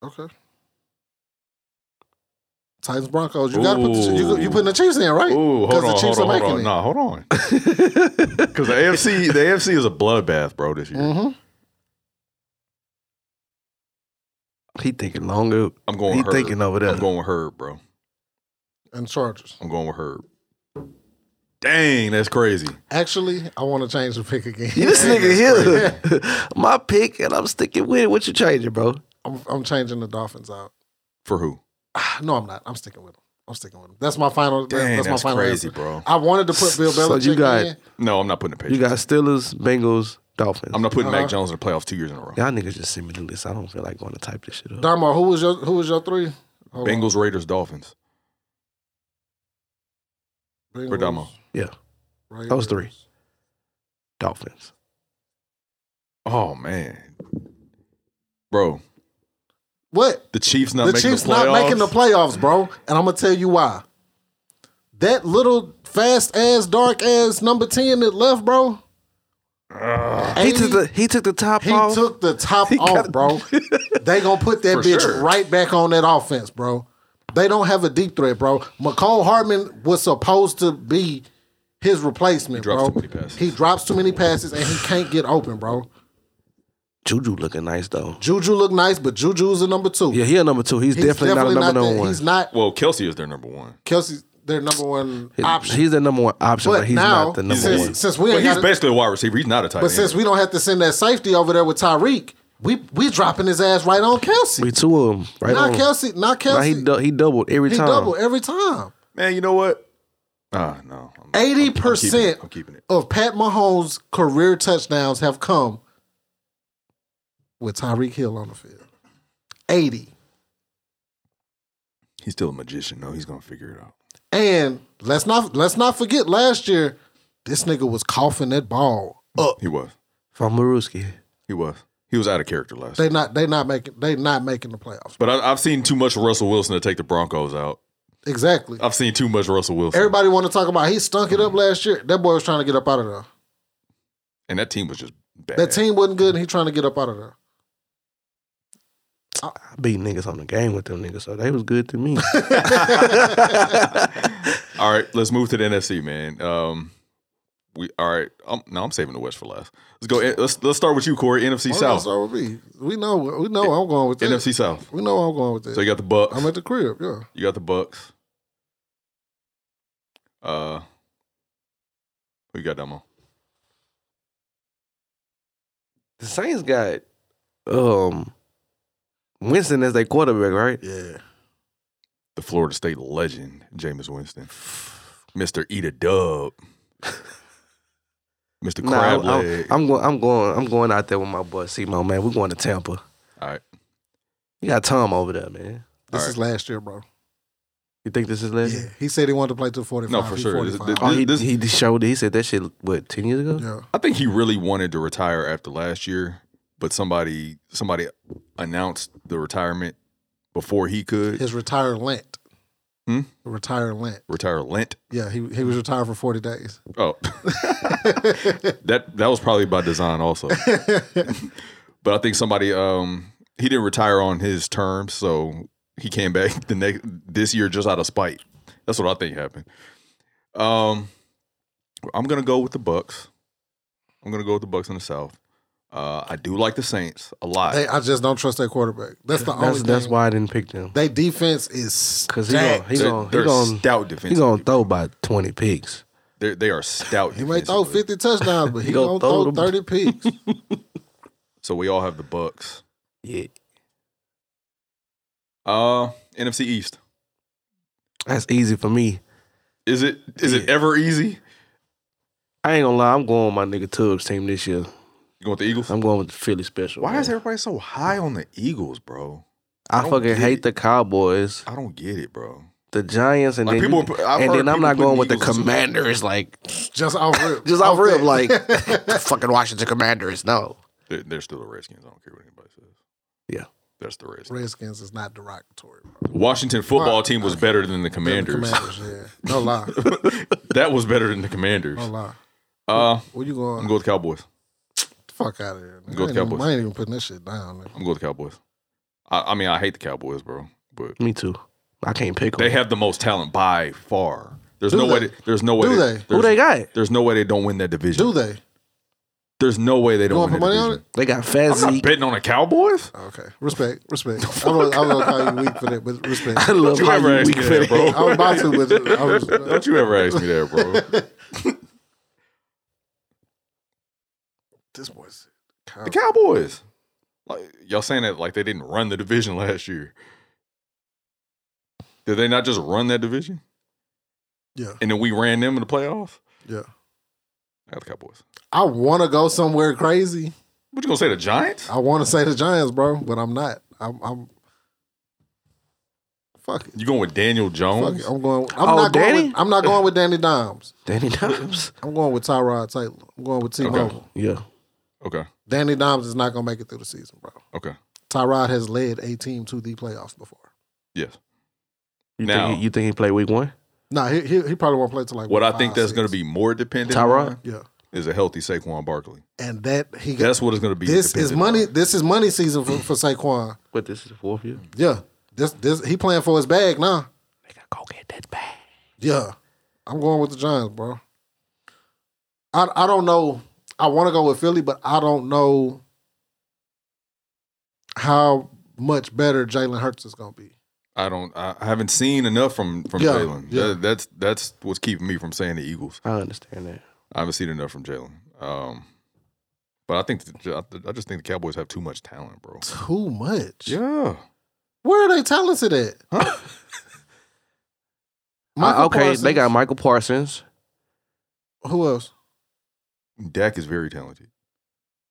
Speaker 4: Okay. Titans Broncos. You got to put the, you,
Speaker 2: Ooh.
Speaker 4: you putting the Chiefs in, right?
Speaker 2: Ooh, hold
Speaker 4: 'Cause the
Speaker 2: on,
Speaker 4: Chiefs
Speaker 2: hold on,
Speaker 4: are
Speaker 2: hold on.
Speaker 4: making it.
Speaker 2: Nah, hold on. Because the AFC, the AFC is a bloodbath, bro. This year,
Speaker 4: Mm-hmm.
Speaker 3: He thinking longer.
Speaker 2: I'm going.
Speaker 3: He
Speaker 2: with Herb.
Speaker 3: thinking over there.
Speaker 2: I'm going with Herb, bro.
Speaker 4: And Chargers.
Speaker 2: I'm going with Herb. Dang, that's crazy.
Speaker 4: Actually, I want to change the pick again.
Speaker 3: You this nigga here. My pick, and I'm sticking with it. What you changing, bro?
Speaker 4: I'm, I'm changing the Dolphins out.
Speaker 2: For who?
Speaker 4: Ah, No, I'm not. I'm sticking with them. I'm sticking with them. That's my final. that-
Speaker 2: Dang,
Speaker 4: that's,
Speaker 2: that's,
Speaker 4: my final.
Speaker 2: crazy,
Speaker 4: answer.
Speaker 2: bro.
Speaker 4: I wanted to put Bill
Speaker 3: So
Speaker 4: Belichick
Speaker 3: you got-
Speaker 4: in.
Speaker 2: No, I'm not putting the Patriots.
Speaker 3: You got Steelers, Bengals, Dolphins.
Speaker 2: I'm not putting
Speaker 4: Uh-huh.
Speaker 2: Mac Jones in the playoffs two years in a row.
Speaker 3: Y'all niggas just send me the list. I don't feel like going to type this shit up.
Speaker 4: Darmo, who was your who was your three? Hold on.
Speaker 2: Bengals, Raiders, Dolphins.
Speaker 4: Bengals,
Speaker 2: for Darmo.
Speaker 3: Yeah. Those three.
Speaker 4: Raiders.
Speaker 3: Dolphins.
Speaker 2: Oh man, bro,
Speaker 4: What?
Speaker 2: the Chiefs not
Speaker 4: the
Speaker 2: making
Speaker 4: Chiefs
Speaker 2: the playoffs.
Speaker 4: not making the playoffs, bro. And I'm gonna tell you why. That little fast ass, dark ass number ten that left, bro.
Speaker 3: He
Speaker 4: 80
Speaker 3: took the he took the top
Speaker 4: he
Speaker 3: off.
Speaker 4: took the top off, bro. they gonna put that
Speaker 2: For
Speaker 4: bitch
Speaker 2: sure.
Speaker 4: right back on that offense, bro. They don't have a deep threat, bro. McCole Hartman was supposed to be his replacement,
Speaker 2: drops
Speaker 4: bro.
Speaker 2: too many passes.
Speaker 4: He drops too many passes and he can't get open, bro.
Speaker 3: Juju looking nice though.
Speaker 4: Juju look nice, but Juju's a number two.
Speaker 3: Yeah, he a number two. He's,
Speaker 4: he's
Speaker 3: definitely, not a number
Speaker 4: that-
Speaker 3: one.
Speaker 4: He's not
Speaker 2: well, Kelsey is their number one.
Speaker 4: Kelsey's their number one
Speaker 3: He-
Speaker 4: option.
Speaker 3: He's the number one option, but,
Speaker 4: But
Speaker 3: he's
Speaker 4: now-
Speaker 3: not the number
Speaker 4: since-
Speaker 3: one.
Speaker 4: since we
Speaker 2: Well,
Speaker 4: ain't
Speaker 2: he's
Speaker 4: got a-
Speaker 2: basically a wide receiver. He's not a tight
Speaker 4: But
Speaker 2: end.
Speaker 4: since we don't have to send that safety over there with Tyreek, we we dropping his ass right on Kelsey.
Speaker 3: We two of them right
Speaker 4: not
Speaker 3: on.
Speaker 4: Kelsey, not
Speaker 3: Nah,
Speaker 4: Kelsey.
Speaker 3: he dou- he doubled every
Speaker 4: he
Speaker 3: time.
Speaker 4: double every time.
Speaker 2: man, you know what? Ah, no. I'm- I'm- I'm keeping it.
Speaker 4: 80%
Speaker 2: I'm keeping it.
Speaker 4: Of Pat Mahomes' career touchdowns have come with Tyreek Hill on the field. 80.
Speaker 2: He's still a magician, though. He's gonna figure it out.
Speaker 4: And let's not let's not forget last year, this nigga was coughing that ball up.
Speaker 2: He was.
Speaker 3: From Maruski.
Speaker 2: He was. He was out of character last.
Speaker 4: They
Speaker 2: year.
Speaker 4: not they not making they not making the playoffs.
Speaker 2: But I, I've seen too much Russell Wilson to take the Broncos out.
Speaker 4: Exactly.
Speaker 2: I've seen too much Russell Wilson.
Speaker 4: Everybody want to talk about he stunk it up last year. That boy was trying to get up out of there.
Speaker 2: and that team was just bad.
Speaker 4: That team wasn't good, and he trying to get up out of there.
Speaker 3: I beat niggas on the game with them niggas, so they was good to me.
Speaker 2: All right, let's move to the NFC, man. Um, we all right? Um, no, I'm saving the West for last. Let's go. Let's let's start with you, Corey. NFC South.
Speaker 4: So it be. we know we know I'm going with this.
Speaker 2: NFC South.
Speaker 4: We know I'm going with this.
Speaker 2: So you got the Bucks.
Speaker 4: I'm at the crib. Yeah,
Speaker 2: You got the Bucks. Uh, who you got, Damo?
Speaker 3: the Saints got um Winston as their quarterback, right?
Speaker 4: yeah.
Speaker 2: The Florida State legend, Jameis Winston, Mister Eat a Dub, Mister Crab
Speaker 3: I'm,
Speaker 2: Leg.
Speaker 3: I'm, I'm going. I'm going. I'm going out there with my boy Simo, man. We're going to Tampa.
Speaker 2: All right,
Speaker 3: You got Tom over there, man.
Speaker 4: This
Speaker 2: All
Speaker 4: is last year, bro.
Speaker 3: You think this is last?
Speaker 4: Yeah,
Speaker 3: year?
Speaker 4: he said he wanted to play till 45.
Speaker 2: No, for
Speaker 4: He's
Speaker 2: sure.
Speaker 4: 45.
Speaker 2: This-
Speaker 3: Oh, he,
Speaker 2: This-
Speaker 3: he showed. He said that shit. What ten years ago?
Speaker 4: yeah,
Speaker 2: I think he really wanted to retire after last year, but somebody somebody announced the retirement before he could
Speaker 4: his retirement.
Speaker 2: Hmm?
Speaker 4: Retirement.
Speaker 2: retire Lent.
Speaker 4: Yeah, he he was retired for 40 days.
Speaker 2: Oh, that that was probably by design also. but I think somebody um he didn't retire on his terms, so he came back the next this year just out of spite. That's what I think happened. Um, I'm gonna go with the Bucks. I'm gonna go with the Bucks in the South. Uh, I do like the Saints a lot.
Speaker 4: They, I just don't trust that quarterback. That's the only
Speaker 3: That's that's
Speaker 4: thing.
Speaker 3: why I didn't pick them.
Speaker 4: They defense is
Speaker 3: Cause he gonna
Speaker 4: stacked.
Speaker 3: he
Speaker 2: They're-
Speaker 3: gonna he
Speaker 2: they're
Speaker 3: gonna
Speaker 2: stout
Speaker 3: he
Speaker 2: defense.
Speaker 3: gonna throw by twenty picks.
Speaker 2: They they are stout.
Speaker 4: He may throw
Speaker 2: defensively.
Speaker 4: 50 touchdowns, but he,
Speaker 3: gonna
Speaker 4: gonna
Speaker 3: throw
Speaker 4: throw 30
Speaker 3: them.
Speaker 4: picks.
Speaker 2: So we all have the Bucks.
Speaker 3: Yeah,
Speaker 2: Uh, NFC East.
Speaker 3: that's easy for me.
Speaker 2: Is it is it ever easy?
Speaker 3: I ain't gonna lie, I'm going with my nigga Tubbs team this year.
Speaker 2: You going with the Eagles?
Speaker 3: I'm going with the Philly special.
Speaker 2: Why
Speaker 3: man.
Speaker 2: is everybody so high on the Eagles, bro?
Speaker 3: I,
Speaker 2: don't
Speaker 3: fucking
Speaker 2: get
Speaker 3: hate
Speaker 2: it.
Speaker 3: the Cowboys,
Speaker 2: I don't get it, bro.
Speaker 3: the Giants, and
Speaker 2: Like
Speaker 3: then
Speaker 2: people,
Speaker 3: you-
Speaker 2: were put- I've
Speaker 3: and
Speaker 2: heard
Speaker 3: then I'm
Speaker 2: people
Speaker 3: not
Speaker 2: putting
Speaker 3: going with the
Speaker 2: Eagles in-
Speaker 3: Commanders. Like
Speaker 4: Just off rip.
Speaker 3: just off rip,
Speaker 4: that.
Speaker 3: like fucking Washington Commanders. No,
Speaker 2: They're, they're still the Redskins. I don't care what anybody says.
Speaker 3: Yeah.
Speaker 2: that's the Redskins.
Speaker 4: Redskins is not derogatory. bro.
Speaker 2: Washington football
Speaker 4: Why?
Speaker 2: team was better than the
Speaker 4: They're the
Speaker 2: Commanders.
Speaker 4: Commanders, yeah. No lie.
Speaker 2: that was better than the Commanders.
Speaker 4: No lie.
Speaker 2: Uh,
Speaker 4: Where you
Speaker 2: I'm
Speaker 4: going?
Speaker 2: gonna go with the Cowboys.
Speaker 4: the fuck out of here. man.
Speaker 2: Go
Speaker 4: I, ain't
Speaker 2: Cowboys.
Speaker 4: even, I ain't even putting this shit down. Man.
Speaker 2: I'm going with the Cowboys. I, I mean, I hate the Cowboys, bro, but
Speaker 3: me too. I can't pick
Speaker 2: they
Speaker 3: them.
Speaker 2: have the most talent by far. There's
Speaker 4: Do
Speaker 2: no way.
Speaker 4: they?
Speaker 2: They, there's no way.
Speaker 4: Do they?
Speaker 3: Who
Speaker 2: there's-
Speaker 3: they got?
Speaker 2: There's no way they don't win that division.
Speaker 4: Do they?
Speaker 2: There's no way they
Speaker 4: You
Speaker 2: don't
Speaker 4: wanna
Speaker 2: win
Speaker 4: put
Speaker 2: that
Speaker 4: money on
Speaker 2: division.
Speaker 3: They got
Speaker 2: I'm not
Speaker 3: Fazzy.
Speaker 2: betting on the Cowboys.
Speaker 4: Oh, Okay. Respect. Respect. I was I was gonna call you weak for that, but respect.
Speaker 3: I love
Speaker 2: Don't you
Speaker 3: how
Speaker 2: ever
Speaker 3: you
Speaker 2: ask
Speaker 3: weak
Speaker 2: me
Speaker 3: for
Speaker 2: that,
Speaker 3: that.
Speaker 2: bro.
Speaker 4: I was about to, but I was.
Speaker 2: Don't you ever ask me that, bro.
Speaker 4: This boy's.
Speaker 2: The Cowboys. Like y'all saying that like they didn't run the division last year. Did they not just run that division?
Speaker 4: Yeah.
Speaker 2: And then we ran them in the playoffs?
Speaker 4: Yeah.
Speaker 2: I got the Cowboys.
Speaker 4: I want to go somewhere crazy.
Speaker 2: What you gonna say, the Giants?
Speaker 4: I want to say the Giants, bro, but I'm not. I'm. I'm fuck it.
Speaker 2: You going with Daniel
Speaker 4: Fuck
Speaker 2: Jones?
Speaker 4: it. I'm going. I'm
Speaker 3: Oh,
Speaker 4: not going.
Speaker 3: Danny?
Speaker 4: With, I'm not going with Danny Dimes.
Speaker 3: Danny Dimes.
Speaker 4: I'm going with Tyrod Taylor. I'm going with T
Speaker 2: Okay.
Speaker 4: Mobile.
Speaker 3: Yeah,
Speaker 2: Okay.
Speaker 4: Danny Dimes is not going to make it through the season, bro.
Speaker 2: Okay.
Speaker 4: Tyrod has led a team to the playoffs before.
Speaker 2: Yes.
Speaker 3: you
Speaker 2: Now-
Speaker 3: think he, you think he played week one?
Speaker 4: Nah, he, he, he probably won't play till like
Speaker 2: What I
Speaker 4: five,
Speaker 2: think that's
Speaker 4: six.
Speaker 2: gonna be more dependent
Speaker 3: Tyrod?
Speaker 2: on
Speaker 4: Yeah,
Speaker 2: is a healthy Saquon Barkley.
Speaker 4: and that he got
Speaker 2: That's what it's gonna be.
Speaker 4: this is
Speaker 2: dependent
Speaker 4: money.
Speaker 2: on.
Speaker 4: This is money season for, for Saquon.
Speaker 3: But this is the fourth year.
Speaker 4: Yeah, this this he playing for his bag now.
Speaker 3: They gotta go get that bag.
Speaker 4: Yeah, I'm going with the Giants, bro. I I don't know. I want to go with Philly, but I don't know how much better Jalen Hurts is going to be.
Speaker 2: I don't I I haven't seen enough from from
Speaker 4: Yeah,
Speaker 2: Jalen.
Speaker 4: yeah.
Speaker 2: That- that's that's what's keeping me from saying the Eagles.
Speaker 3: I understand that.
Speaker 2: I haven't seen enough from Jalen. Um, but I think the, I just think the Cowboys have too much talent, bro.
Speaker 4: Too much.
Speaker 2: Yeah,
Speaker 4: Where are they talented at?
Speaker 2: Huh?
Speaker 4: Michael
Speaker 3: Uh, okay, they
Speaker 4: Parsons.
Speaker 3: got Michael Parsons.
Speaker 4: who else?
Speaker 2: Dak is very talented.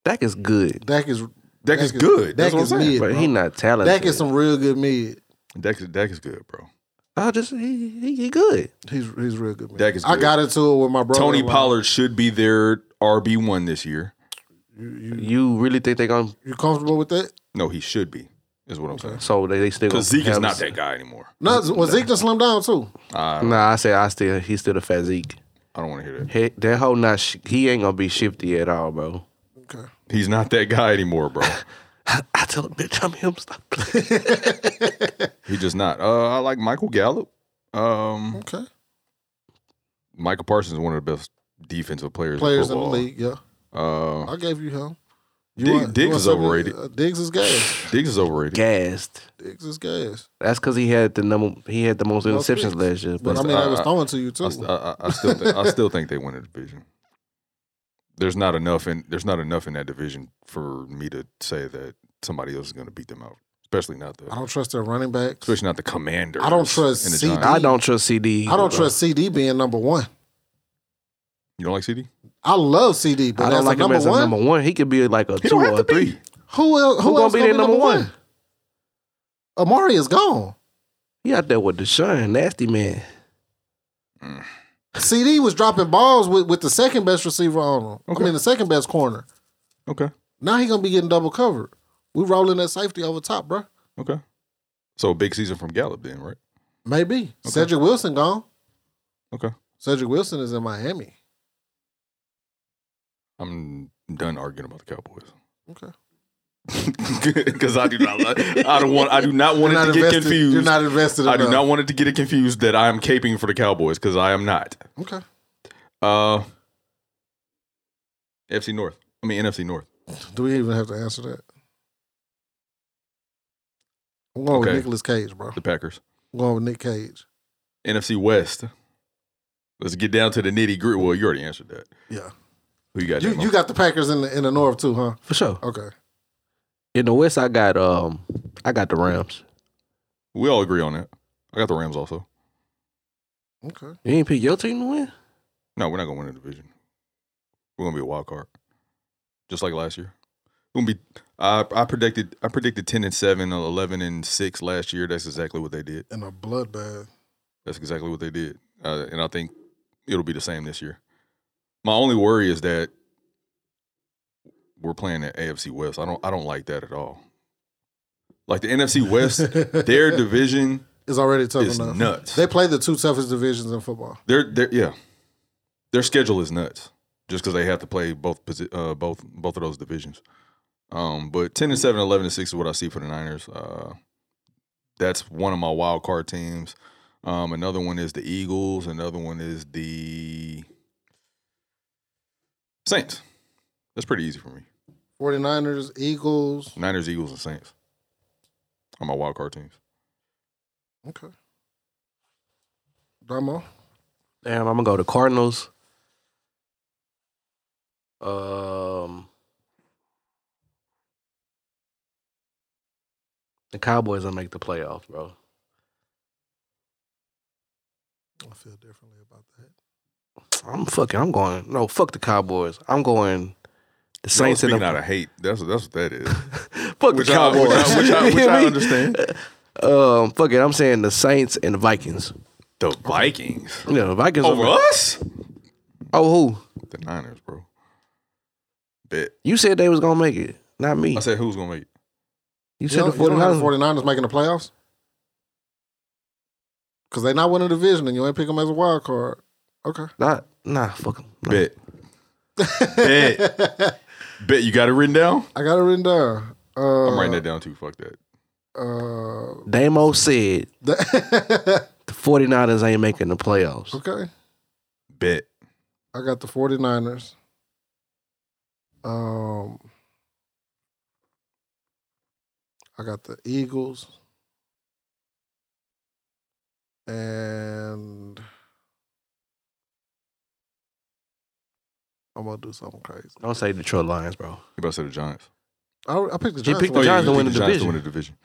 Speaker 3: Dak is good,
Speaker 4: Dak is
Speaker 2: Dak,
Speaker 4: Dak
Speaker 2: is
Speaker 4: is-
Speaker 2: good.
Speaker 4: Dak
Speaker 2: That's what
Speaker 4: is
Speaker 2: I'm saying.
Speaker 4: mid.
Speaker 3: but
Speaker 4: bro.
Speaker 3: he not talented.
Speaker 4: Dak is some real good mid.
Speaker 2: Dak is Dak is good, bro.
Speaker 3: I just he, he, he good.
Speaker 4: He's he's real good mid.
Speaker 2: Dak is
Speaker 4: I
Speaker 2: good.
Speaker 4: got into it with my brother.
Speaker 2: Tony Pollard should be their RB one this year.
Speaker 4: You, you
Speaker 3: You really think they gonna?
Speaker 4: you comfortable with that?
Speaker 2: No, he should be. Is what I'm saying.
Speaker 3: So they, they still
Speaker 2: Because
Speaker 3: gonna
Speaker 2: Zeke is
Speaker 3: have-
Speaker 2: not that guy anymore.
Speaker 4: No, well Zeke just slimmed down too.
Speaker 2: I don't,
Speaker 3: Nah, I say I still he's still the fat Zeke.
Speaker 2: I don't want to hear that.
Speaker 3: He, that whole not sh- he ain't gonna be shifty at all, bro.
Speaker 4: Okay.
Speaker 2: He's not that guy anymore, bro.
Speaker 3: I, I tell him, bitch, I'm him. Stop playing.
Speaker 2: He just not. Uh, I like Michael Gallup. Um,
Speaker 4: Okay.
Speaker 2: Michael Parsons is one of the best defensive players.
Speaker 4: Players
Speaker 2: in,
Speaker 4: in the
Speaker 2: football.
Speaker 4: league, yeah.
Speaker 2: Uh,
Speaker 4: I gave you him.
Speaker 2: Dig-
Speaker 4: want-
Speaker 2: Diggs
Speaker 4: want
Speaker 2: is
Speaker 4: something-
Speaker 2: overrated.
Speaker 4: uh, Diggs is gas.
Speaker 2: Diggs is overrated.
Speaker 3: Gassed.
Speaker 4: Diggs is gas.
Speaker 3: That's because he had the number. He had the most
Speaker 4: Most
Speaker 3: interceptions
Speaker 4: picks.
Speaker 3: last year. But
Speaker 4: But I mean, I was
Speaker 2: I-
Speaker 4: throwing to you
Speaker 2: uh, I, uh,
Speaker 4: too.
Speaker 2: st- I, I- I still, think, I still think they win the division. There's not enough in there's not enough in that division for me to say that somebody else is going to beat them out, especially not
Speaker 4: I
Speaker 2: the
Speaker 4: don't trust their running backs.
Speaker 2: especially not the commander.
Speaker 4: I don't trust
Speaker 2: in the
Speaker 4: CD.
Speaker 2: Giants.
Speaker 3: I don't trust CD.
Speaker 4: I don't
Speaker 3: bro.
Speaker 2: uh,
Speaker 4: trust CD being number one.
Speaker 2: You don't like CD?
Speaker 4: I love CD, but
Speaker 3: I
Speaker 4: as
Speaker 3: don't like
Speaker 4: a
Speaker 3: him
Speaker 4: number
Speaker 3: as a
Speaker 4: one,
Speaker 3: number one. He could be like a two or a three.
Speaker 2: be.
Speaker 4: who else? Who,
Speaker 3: Who gonna
Speaker 4: else
Speaker 3: be their number one?
Speaker 4: Amari is gone.
Speaker 3: He out there with Deshaun, nasty man.
Speaker 4: CD was dropping balls with, with the second best receiver on him.
Speaker 2: Okay.
Speaker 4: I mean, the second best corner.
Speaker 2: Okay,
Speaker 4: Now he gonna be getting double covered. We rolling that safety over top, bro.
Speaker 2: okay. So a big season from Gallup, then, right?
Speaker 4: Maybe Cedric Wilson gone.
Speaker 2: Okay.
Speaker 4: Cedric Wilson is in Miami.
Speaker 2: I'm done arguing about the Cowboys
Speaker 4: Okay.
Speaker 2: because I do not. like- I don't want. I do not want
Speaker 4: You're
Speaker 2: it
Speaker 4: not
Speaker 2: to get
Speaker 4: invested.
Speaker 2: confused.
Speaker 4: You're not invested.
Speaker 2: I do
Speaker 4: enough.
Speaker 2: not want it to get it confused that I am caping for the Cowboys because I am not.
Speaker 4: Okay.
Speaker 2: Uh, FC North. I mean NFC North.
Speaker 4: Do we even have to answer that? I'm going
Speaker 2: Okay.
Speaker 4: with Nicolas Cage, bro.
Speaker 2: The Packers.
Speaker 4: I'm going with Nick Cage.
Speaker 2: NFC West. Let's get down to the nitty gritty. Well, you already answered that.
Speaker 4: Yeah,
Speaker 2: Who you got?
Speaker 4: you
Speaker 2: J-Mo?
Speaker 4: you got the Packers in the in the North too, huh?
Speaker 3: For sure.
Speaker 4: Okay,
Speaker 3: In the West, I got um, I got the Rams.
Speaker 2: we all agree on that. I got the Rams also.
Speaker 4: okay.
Speaker 3: You ain't pick your team to win.
Speaker 2: No, we're not gonna win the division. We're gonna be a wild card, just like last year. We're gonna be. I I predicted I predicted ten and seven or eleven and six last year. That's exactly what they did.
Speaker 4: In a bloodbath.
Speaker 2: That's exactly what they did, uh, and I think it'll be the same this year. My only worry is that we're playing at AFC West. I don't I don't like that at all. Like the NFC West, their division,
Speaker 4: It's already tough
Speaker 2: It's
Speaker 4: enough.
Speaker 2: nuts.
Speaker 4: They play the two toughest divisions in football.
Speaker 2: their their yeah, their schedule is nuts. Just because they have to play both posi- uh, both both of those divisions. Um, but ten and 7, 11 and six is what I see for the Niners. Uh, that's one of my wild card teams. Um, another one is the Eagles. Another one is the Saints. That's pretty easy for me.
Speaker 4: 49ers, Eagles.
Speaker 2: Niners, Eagles, and Saints are my wild card teams.
Speaker 4: Okay. Damo.
Speaker 3: Damn, I'm gonna go to Cardinals. Um, the Cowboys will make the playoffs, bro.
Speaker 4: I feel differently about that.
Speaker 3: I'm fucking. I'm going. No, fuck the Cowboys. I'm going. The Saints
Speaker 2: Y'all
Speaker 3: and
Speaker 2: speaking
Speaker 3: the
Speaker 2: out of hate. That's that's what that is.
Speaker 3: fuck
Speaker 2: Which
Speaker 3: the
Speaker 2: I- which
Speaker 3: Cowboys.
Speaker 2: I- which I-
Speaker 3: You
Speaker 2: which
Speaker 3: hear
Speaker 2: I
Speaker 3: me?
Speaker 2: understand.
Speaker 3: Um, fuck it. I'm saying the Saints and the Vikings.
Speaker 2: the Vikings
Speaker 3: Yeah, the Vikings
Speaker 2: over
Speaker 3: over-
Speaker 2: us.
Speaker 3: Oh, who?
Speaker 2: The Niners, bro. Bet.
Speaker 3: You said they was gonna make it, not me.
Speaker 2: I said who's gonna make it?
Speaker 3: you
Speaker 4: You
Speaker 3: said
Speaker 4: don't,
Speaker 3: the
Speaker 4: you don't have the
Speaker 3: 49ers.
Speaker 4: 49ers making the playoffs? Because they not winning the division and you ain't pick them as a wild card. Okay.
Speaker 3: Not, nah, fuck 'em. Nah.
Speaker 2: Bet. Bet.
Speaker 4: I
Speaker 2: Bet you got it written down?
Speaker 4: got it written down. Uh,
Speaker 2: I'm writing that down too. Fuck that.
Speaker 4: Uh,
Speaker 3: Damo said
Speaker 4: the-
Speaker 3: the 49ers ain't making the playoffs.
Speaker 4: okay.
Speaker 2: Bet.
Speaker 4: I got the 49ers. Um, I got the Eagles. And I'm going to do something crazy.
Speaker 3: Don't say Detroit Lions, bro.
Speaker 2: You about to say the Giants.
Speaker 4: I, I picked the
Speaker 3: He
Speaker 4: Giants.
Speaker 3: picked The
Speaker 4: one.
Speaker 3: Giants to
Speaker 2: you
Speaker 3: win
Speaker 2: picked
Speaker 3: the
Speaker 2: Giants
Speaker 3: division.
Speaker 2: to win the division.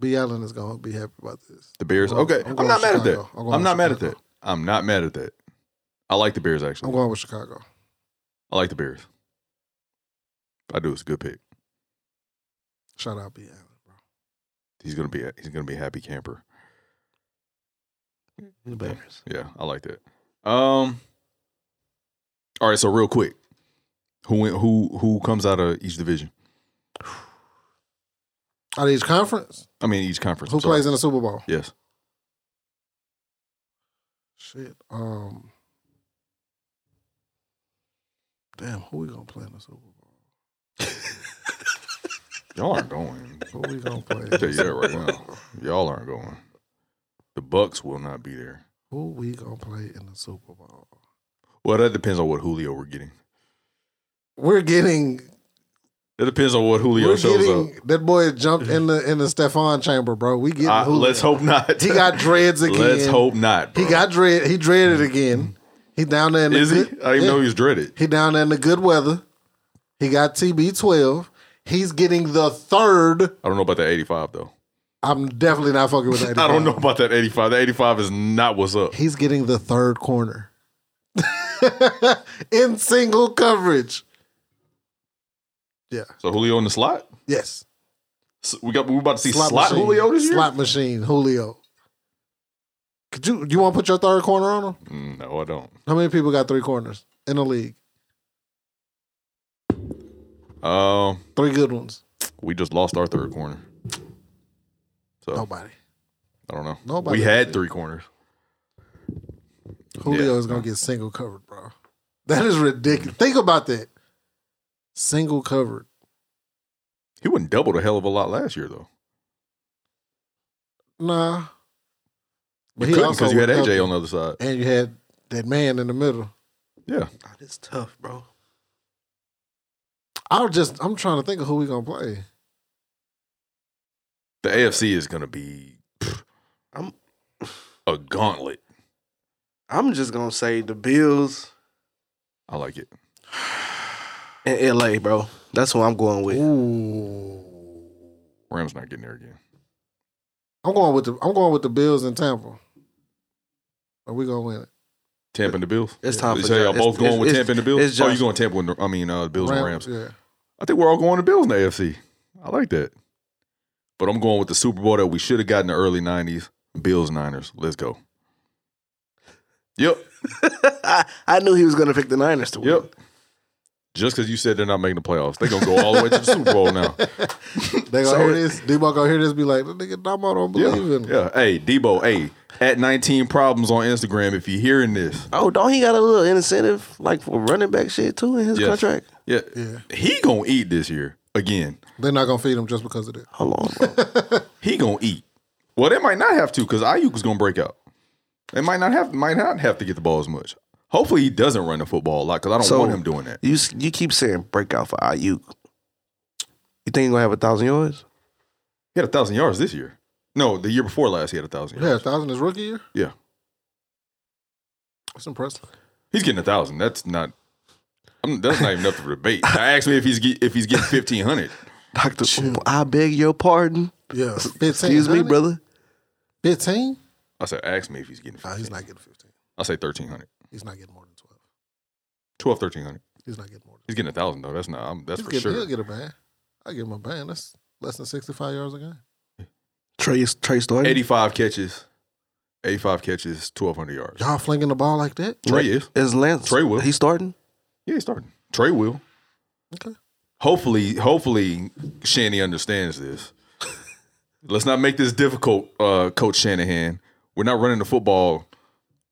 Speaker 4: B. Allen is going to be happy about this.
Speaker 2: The Bears.
Speaker 4: I'm going-
Speaker 2: okay.
Speaker 4: I'm
Speaker 2: I'm,
Speaker 4: going
Speaker 2: not mad at that.
Speaker 4: Chicago. I'm going
Speaker 2: I'm not mad at
Speaker 4: Chicago.
Speaker 2: that. I'm not mad at that. I like the Bears actually.
Speaker 4: I'm going with Chicago.
Speaker 2: I like the Bears. I do. It's a good pick.
Speaker 4: Shout out B. Allen, bro.
Speaker 2: He's gonna be a, he's gonna be a happy camper.
Speaker 3: The Bears.
Speaker 2: Yeah, I like that. Um. All right. So real quick, who went, who who comes out of each division?
Speaker 4: Out of each conference,
Speaker 2: I mean each conference.
Speaker 4: who
Speaker 2: I'm sorry.
Speaker 4: plays in the Super Bowl?
Speaker 2: Yes.
Speaker 4: Shit. Um. Damn, who we gonna play in the Super Bowl?
Speaker 2: Y'all aren't going.
Speaker 4: Who we gonna play? in
Speaker 2: I tell
Speaker 4: the
Speaker 2: you that
Speaker 4: Super
Speaker 2: right
Speaker 4: Bowl?
Speaker 2: now. Y'all aren't going. The Bucks will not be there.
Speaker 4: Who we gonna play in the Super Bowl?
Speaker 2: Well, that depends on what Julio we're getting.
Speaker 4: We're getting.
Speaker 2: It depends on what Julio
Speaker 4: We're
Speaker 2: shows
Speaker 4: getting that boy jumped in the in the Stefan chamber, bro. We getting.
Speaker 2: up. I,
Speaker 4: Julio.
Speaker 2: let's hope not.
Speaker 4: he got dreads again.
Speaker 2: Let's hope not.
Speaker 4: he
Speaker 2: bro.
Speaker 4: got dread. He dreaded again. He down there in the
Speaker 2: Is he? I
Speaker 4: good-
Speaker 2: didn't even
Speaker 4: yeah.
Speaker 2: know he was dreaded.
Speaker 4: He down there in the good weather. He got TB12. He's getting the third.
Speaker 2: I don't know about that 85 though.
Speaker 4: I'm definitely not fucking with that.
Speaker 2: I don't know about that 85. The 85 is not what's up.
Speaker 4: He's getting the third corner in single coverage. Yeah.
Speaker 2: So Julio in the slot.
Speaker 4: Yes.
Speaker 2: So we got. We're about to see slot, Julio this year.
Speaker 4: Slot machine Julio. Could you you want to put your third corner on him?
Speaker 2: Mm, No, I don't.
Speaker 4: How many people got three corners in the league?
Speaker 2: Um,
Speaker 4: Three good ones.
Speaker 2: we just lost our third corner. So
Speaker 4: Nobody.
Speaker 2: I don't know.
Speaker 4: Nobody.
Speaker 2: we had three corners.
Speaker 4: Julio
Speaker 2: Yeah.
Speaker 4: is gonna get single covered, bro. That is ridiculous. Think about that. Single covered.
Speaker 2: He wouldn't double the hell of a lot last year though.
Speaker 4: Nah. But
Speaker 2: You couldn't
Speaker 4: also
Speaker 2: because you had
Speaker 4: was
Speaker 2: AJ
Speaker 4: healthy.
Speaker 2: on the other side.
Speaker 4: and you had that man in the middle.
Speaker 2: Yeah.
Speaker 3: Nah, this tough, bro.
Speaker 4: I was just I'm trying to think of who we gonna play.
Speaker 2: The AFC is gonna be pff,
Speaker 3: I'm-
Speaker 2: a gauntlet.
Speaker 3: I'm just gonna say the Bills
Speaker 2: I like it.
Speaker 3: and LA, bro. That's who I'm going with.
Speaker 4: Ooh.
Speaker 2: Rams not getting there again.
Speaker 4: I'm going with the I'm going with the Bills in Tampa. Are we gonna win it?
Speaker 2: Tampa and the Bills.
Speaker 3: It's time
Speaker 2: You
Speaker 3: for
Speaker 2: say y'all
Speaker 3: Josh-
Speaker 2: both
Speaker 3: it's-
Speaker 2: going
Speaker 3: it's-
Speaker 2: with
Speaker 3: it's-
Speaker 2: Tampa and the Bills?
Speaker 3: it's
Speaker 2: oh, you
Speaker 3: Josh.
Speaker 2: going Tampa and the, I mean uh, Bills and Rams.
Speaker 4: Yeah.
Speaker 2: I think we're all going to Bills in the AFC. I like that. But I'm going with the Super Bowl that we should have gotten in the early 90s. Bills Niners. Let's go. Yep.
Speaker 3: I, I knew he was gonna pick the Niners to win.
Speaker 2: Yep. Just because you said they're not making the playoffs, they're gonna go all the way to the Super Bowl now.
Speaker 4: They gonna
Speaker 3: So-
Speaker 4: hear this. Debo gonna hear this. Be like, "That nigga Damo don't
Speaker 2: Yeah,
Speaker 4: believe in him."
Speaker 2: yeah. Hey, Debo. Hey, at 19 problems on Instagram. If you're hearing this,
Speaker 3: Oh, don't he got a little incentive like for running back shit too in his
Speaker 2: Yes.
Speaker 3: contract?
Speaker 2: yeah,
Speaker 4: Yeah.
Speaker 2: he gonna eat this year again.
Speaker 4: They're not gonna feed him just because of that.
Speaker 3: How long, bro?
Speaker 2: He gonna eat. Well, they might not have to because Ayuk is gonna break out. They might not have might not have to get the ball as much. Hopefully, he doesn't run the football a lot because I don't
Speaker 3: So-
Speaker 2: want him doing that.
Speaker 3: you s- you keep saying breakout for IU. You think he gonna have a thousand yards?
Speaker 2: He had a thousand yards this year. No, the year before last, he had a thousand
Speaker 4: Yeah,
Speaker 2: yards.
Speaker 4: thousand is rookie year.
Speaker 2: Yeah,
Speaker 4: That's impressive.
Speaker 2: he's getting a thousand. That's not. I'm, that's not even up for debate. I asked me if he's get, if he's getting 1500.
Speaker 3: Doctor, I beg your pardon.
Speaker 4: Yeah, fifteen.
Speaker 3: Excuse me, brother.
Speaker 4: Fifteen?
Speaker 2: I said, ask me if he's getting. 15.
Speaker 4: Nah, he's not getting fifteen.
Speaker 2: I say 1300.
Speaker 4: He's not getting more than twelve.
Speaker 2: 12, 1300.
Speaker 4: He's not getting more. Than
Speaker 2: He's getting a thousand though. That's not. I'm, that's
Speaker 4: he's
Speaker 2: for
Speaker 4: getting, He'll
Speaker 2: sure.
Speaker 4: get a band. I give him a band. That's less than sixty-five yards a game.
Speaker 3: Trey Trey Story.
Speaker 2: Eighty-five catches, eighty-five catches, twelve hundred yards.
Speaker 4: Y'all flinging the ball like that?
Speaker 2: Trey is.
Speaker 3: Is Lance
Speaker 2: Trey will.
Speaker 3: He starting?
Speaker 2: Yeah, he's starting. Trey will.
Speaker 4: Okay.
Speaker 2: Hopefully, hopefully, Shanny understands this. Let's not make this difficult, uh, Coach Shanahan. We're not running the football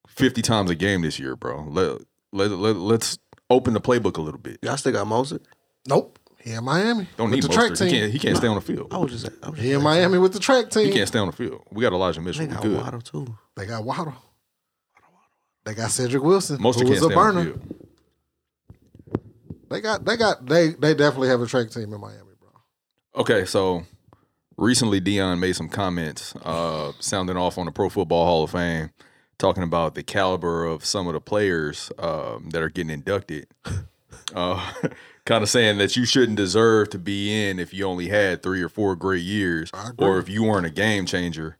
Speaker 2: fifty times a game this year, bro. Let let, let let's open the playbook a little bit.
Speaker 3: Y'all still got Moser?
Speaker 4: Nope. He in Miami.
Speaker 2: Don't
Speaker 4: with
Speaker 2: need
Speaker 4: the track
Speaker 2: Mostert. He
Speaker 4: team.
Speaker 2: can't. He can't stay on the field.
Speaker 3: I was just I was just
Speaker 4: He in Miami with the track
Speaker 2: He
Speaker 4: team.
Speaker 2: can't stay on the field. We got Elijah Mitchell.
Speaker 3: they
Speaker 2: We
Speaker 3: got
Speaker 2: good.
Speaker 3: Waddle too.
Speaker 4: They got Waddle. They got Cedric Wilson.
Speaker 2: Most
Speaker 4: who
Speaker 2: can't
Speaker 4: was a
Speaker 2: stay on the
Speaker 4: burner.
Speaker 2: field.
Speaker 4: They got they got they they definitely have a track team in Miami, bro.
Speaker 2: Okay, so recently Dion made some comments, uh, sounding off on the Pro Football Hall of Fame, talking about the caliber of some of the players um, that are getting inducted. Uh, kind of saying that you shouldn't deserve to be in if you only had three or four great years,
Speaker 4: I agree.
Speaker 2: or if you weren't a game changer.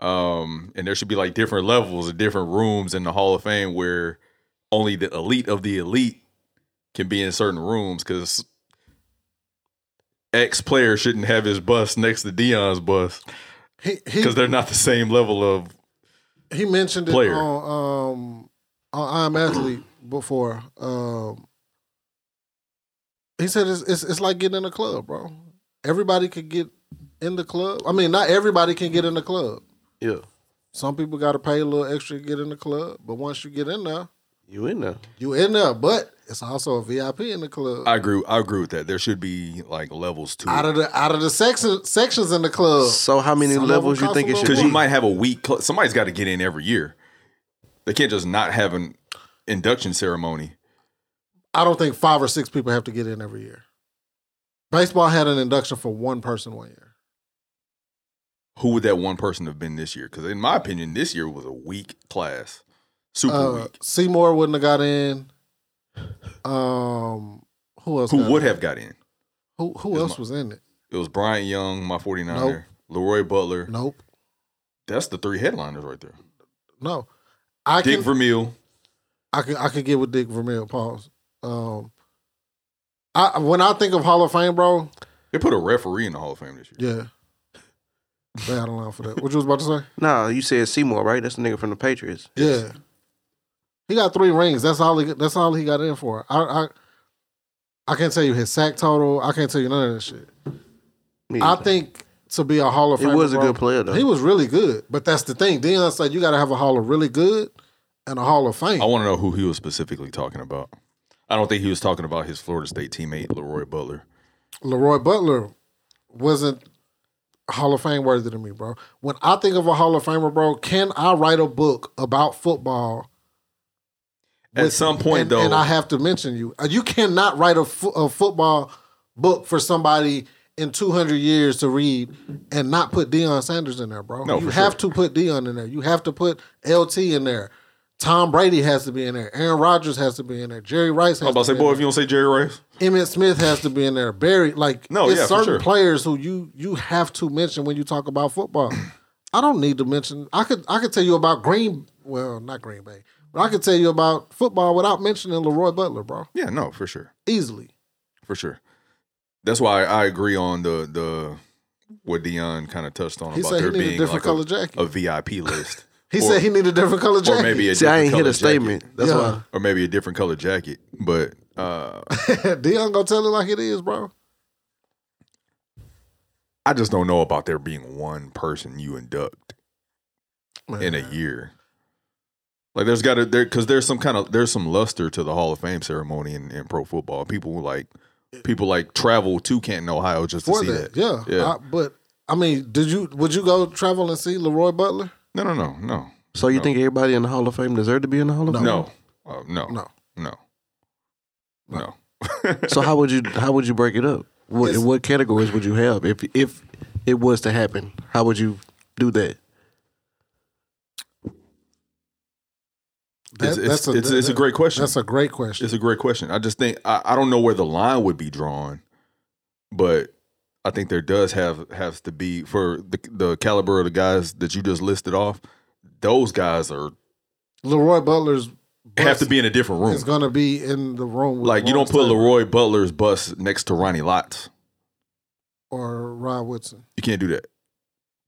Speaker 2: Um, and there should be like different levels and different rooms in the Hall of Fame where only the elite of the elite can be in certain rooms because X player shouldn't have his bus next to Dion's bus
Speaker 4: He he
Speaker 2: because they're not the same level of.
Speaker 4: he mentioned it
Speaker 2: player.
Speaker 4: on um on I'm athlete before. Um, he said it's, it's it's like getting in a club, bro. Everybody could get in the club. I mean, not everybody can get in the club.
Speaker 3: Yeah.
Speaker 4: Some people got to pay a little extra to get in the club, but once you get in there,
Speaker 3: You in there.
Speaker 4: you in there. But it's also a VIP in the club.
Speaker 2: I agree. I agree with that. There should be like levels to
Speaker 4: out
Speaker 2: it
Speaker 4: of the out of the section, sections in the club,
Speaker 3: So how many
Speaker 4: Uh, Some of
Speaker 3: levels
Speaker 4: them
Speaker 3: you think it
Speaker 4: cost a
Speaker 3: should
Speaker 2: because
Speaker 4: little
Speaker 2: you
Speaker 3: be?
Speaker 4: more.
Speaker 2: might have a week. Cl- somebody's got to get in every year. They can't just not have an induction ceremony.
Speaker 4: I don't think five or six people have to get in every year. Baseball had an induction for one person one year.
Speaker 2: Who would that one person have been this year? Because in my opinion, this year was a weak class, super
Speaker 4: Uh,
Speaker 2: weak.
Speaker 4: Seymour wouldn't have got in. Um, who else?
Speaker 2: Who
Speaker 4: got
Speaker 2: would
Speaker 4: in?
Speaker 2: have got in?
Speaker 4: Who Who
Speaker 2: is
Speaker 4: else
Speaker 2: my-
Speaker 4: was in it?
Speaker 2: It was Brian Young, my 49er, Leroy Butler.
Speaker 4: Nope.
Speaker 2: That's the three headliners right there.
Speaker 4: No, I
Speaker 2: Dick
Speaker 4: can.
Speaker 2: Vermeil.
Speaker 4: I can. I can get with Dick Vermeil. Pause. Um, I when I think of Hall of Fame, bro.
Speaker 2: They put a referee in the Hall of Fame this year.
Speaker 4: Yeah. They out of line for that. What you was about to say?
Speaker 3: Nah, you said Seymour, right? That's the nigga from the Patriots.
Speaker 4: Yeah. He got three rings. That's all he. That's all he got in for. I. I I can't tell you his sack total. I can't tell you none of that shit.
Speaker 3: Me
Speaker 4: I
Speaker 3: either.
Speaker 4: think to be a Hall of
Speaker 3: He
Speaker 4: Famer,
Speaker 3: was a
Speaker 4: bro,
Speaker 3: good player, though.
Speaker 4: He was really good, but that's the thing. Dion said you got to have a Hall of really good and a Hall of Fame.
Speaker 2: I want to know who he was specifically talking about. I don't think he was talking about his Florida State teammate Leroy Butler.
Speaker 4: Leroy Butler wasn't Hall of Fame worthy to me, bro. When I think of a Hall of Famer, bro, can I write a book about football?
Speaker 2: At
Speaker 4: with-
Speaker 2: some point,
Speaker 4: and,
Speaker 2: though,
Speaker 4: and I have to mention you. Uh, You cannot write a, fo- a football book for somebody in 200 years to read and not put Deion Sanders in there, bro.
Speaker 2: No,
Speaker 4: you
Speaker 2: for
Speaker 4: have
Speaker 2: sure.
Speaker 4: to put Deion in there. You have to put LT in there. Tom Brady has to be in there. Aaron Rodgers has to be in there. Jerry Rice
Speaker 2: I'm about
Speaker 4: has
Speaker 2: to
Speaker 4: to
Speaker 2: say,
Speaker 4: be
Speaker 2: boy,
Speaker 4: in
Speaker 2: if you don't say Jerry Rice,
Speaker 4: there. Emmitt Smith has to be in there. Barry, like
Speaker 2: No,
Speaker 4: it's
Speaker 2: yeah, for
Speaker 4: certain
Speaker 2: sure.
Speaker 4: players who you you have to mention when you talk about football. I don't need to mention. I could I could tell you about Green. Well, not Green Bay, but I could tell you about football without mentioning Leroy Butler, bro.
Speaker 2: yeah, no, for sure.
Speaker 4: Easily.
Speaker 2: for sure. That's why I agree on the the what Dion kind of touched on
Speaker 4: He
Speaker 2: about
Speaker 4: said he
Speaker 2: there
Speaker 4: need a
Speaker 2: being
Speaker 4: different
Speaker 2: like
Speaker 4: color
Speaker 2: a,
Speaker 4: jacket.
Speaker 2: a VIP list,
Speaker 4: He
Speaker 2: Or-
Speaker 4: said he needed a different color jacket.
Speaker 2: or maybe a
Speaker 3: See,
Speaker 2: different
Speaker 3: I ain't
Speaker 2: color
Speaker 3: hit a
Speaker 2: jacket.
Speaker 3: statement. That's
Speaker 4: Yeah.
Speaker 3: why.
Speaker 2: or maybe a different color jacket. But uh,
Speaker 4: Dion gonna tell it like it is, bro.
Speaker 2: I just don't know about there being one person you induct in a year. Like there's got to there because there's some kind of there's some luster to the Hall of Fame ceremony in, in pro football. People like people like travel to Canton, Ohio, just to
Speaker 4: for
Speaker 2: see
Speaker 4: that.
Speaker 2: that.
Speaker 4: Yeah.
Speaker 2: Yeah.
Speaker 4: I- but I mean, did you would you go travel and see Leroy Butler?
Speaker 2: No, no, no, no,
Speaker 3: So you
Speaker 2: No.
Speaker 3: think everybody in the Hall of Fame deserve to be in the Hall of Fame?
Speaker 2: no, Uh, no,
Speaker 4: No.
Speaker 2: no, no.
Speaker 3: So how would you how would you break it up? What
Speaker 4: It's-
Speaker 3: what categories would you have if if it was to happen? How would you do that?
Speaker 2: it's,
Speaker 4: That-
Speaker 2: it's, it's, it's a
Speaker 4: that-
Speaker 2: great question.
Speaker 4: That's a great question.
Speaker 2: it's a great question. I just think I, I don't know where the line would be drawn, but I think there does have has to be for the the caliber of the guys that you just listed off. Those guys are
Speaker 4: Leroy Butler's
Speaker 2: have
Speaker 4: bust
Speaker 2: to be in a different room.
Speaker 4: is gonna be in the room. With
Speaker 2: Like you
Speaker 4: Lawrence
Speaker 2: don't put
Speaker 4: Taylor
Speaker 2: Leroy Butler's bus next to Ronnie Lotts.
Speaker 4: or Rod Woodson.
Speaker 2: You can't do that.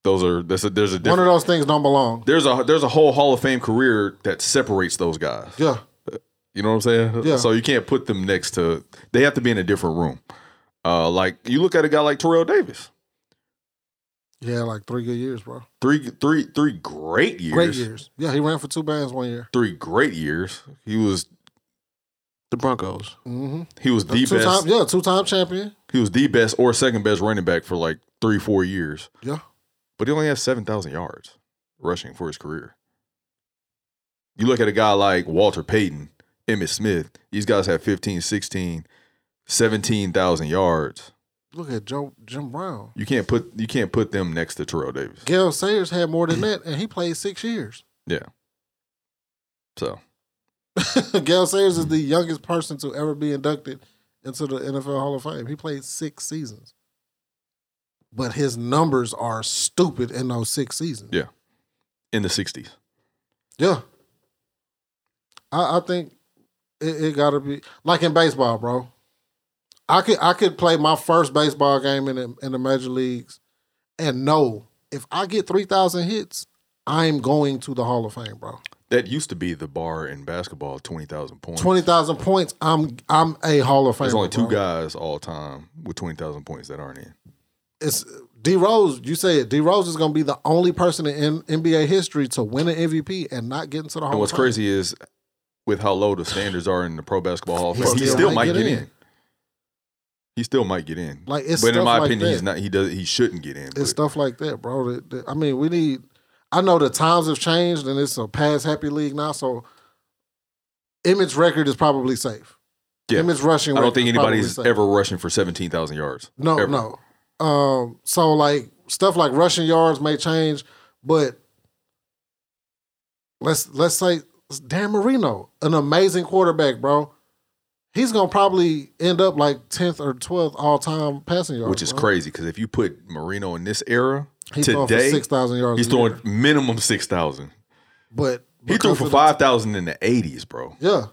Speaker 2: Those are that's a there's a
Speaker 4: One of
Speaker 2: different,
Speaker 4: those things don't belong.
Speaker 2: there's a there's a whole Hall of Fame career that separates those guys.
Speaker 4: Yeah,
Speaker 2: You know what I'm saying?
Speaker 4: Yeah.
Speaker 2: So you can't put them next to. They have to be in a different room. Uh, like you look at a guy like Terrell Davis,
Speaker 4: yeah, like three good years, bro.
Speaker 2: three, three, three great years,
Speaker 4: Great years. Yeah, he ran for two bands one year.
Speaker 2: three great years. He was
Speaker 3: The Broncos.
Speaker 4: Mm-hmm.
Speaker 2: he was the
Speaker 4: two
Speaker 2: best.
Speaker 4: time, yeah, two time champion.
Speaker 2: He was the best or second best running back for like three, four years.
Speaker 4: Yeah.
Speaker 2: But he only has seven thousand yards rushing for his career. You look at a guy like Walter Payton, Emmitt Smith. These guys have 15, 16, 17,000 yards.
Speaker 4: Look at Joe Jim Brown.
Speaker 2: You can't put you can't put them next to Terrell Davis.
Speaker 4: Gail Sayers had more than that, and he played six years.
Speaker 2: So
Speaker 4: Gail Sayers is the youngest person to ever be inducted into the NFL Hall of Fame. He played six seasons. But his numbers are stupid in those six seasons.
Speaker 2: Yeah. in the sixties.
Speaker 4: Yeah. I, I think it, it gotta be like in baseball, bro. I could I could play my first baseball game in the, in the major leagues and know if I get three thousand hits, I'm going to the Hall of Fame, bro.
Speaker 2: That used to be the bar in basketball, twenty thousand points.
Speaker 4: Twenty thousand points, I'm I'm a Hall of Fame.
Speaker 2: There's only two
Speaker 4: bro.
Speaker 2: guys all time with twenty thousand points that aren't in.
Speaker 4: it's D Rose. You say it. D Rose is going to be the only person in NBA history to win an MVP and not get into the Hall.
Speaker 2: And what's
Speaker 4: of Fame.
Speaker 2: crazy is with how low the standards are in the Pro Basketball Hall of
Speaker 4: He
Speaker 2: Fame, he
Speaker 4: still
Speaker 2: still
Speaker 4: might
Speaker 2: might
Speaker 4: get
Speaker 2: get
Speaker 4: in.
Speaker 2: in. He still might get in.
Speaker 4: Like it's
Speaker 2: but
Speaker 4: stuff
Speaker 2: in my
Speaker 4: like
Speaker 2: opinion,
Speaker 4: that.
Speaker 2: he's not. He does. He shouldn't get in.
Speaker 4: It's
Speaker 2: but
Speaker 4: stuff like that, bro. That- that- I mean, we need. I know the times have changed, and it's a past happy league now. So, Emmitt's record is probably safe.
Speaker 2: Yeah.
Speaker 4: Emmitt's rushing.
Speaker 2: I don't
Speaker 4: record
Speaker 2: think
Speaker 4: is probably
Speaker 2: anybody's
Speaker 4: safe.
Speaker 2: ever rushing for seventeen thousand yards.
Speaker 4: No,
Speaker 2: ever.
Speaker 4: no. Um, so like stuff like rushing yards may change, but let's let's say Dan Marino, an amazing quarterback, bro. He's gonna probably end up like tenth or twelfth all time passing yards,
Speaker 2: Which is
Speaker 4: bro.
Speaker 2: crazy because if you put Marino in this era
Speaker 4: He's throwing for
Speaker 2: today,
Speaker 4: six thousand yards.
Speaker 2: he's
Speaker 4: a
Speaker 2: throwing
Speaker 4: year.
Speaker 2: minimum six thousand.
Speaker 4: but
Speaker 2: He threw
Speaker 4: because
Speaker 2: for
Speaker 4: of the-
Speaker 2: five thousand in the eighties, bro.
Speaker 4: yeah,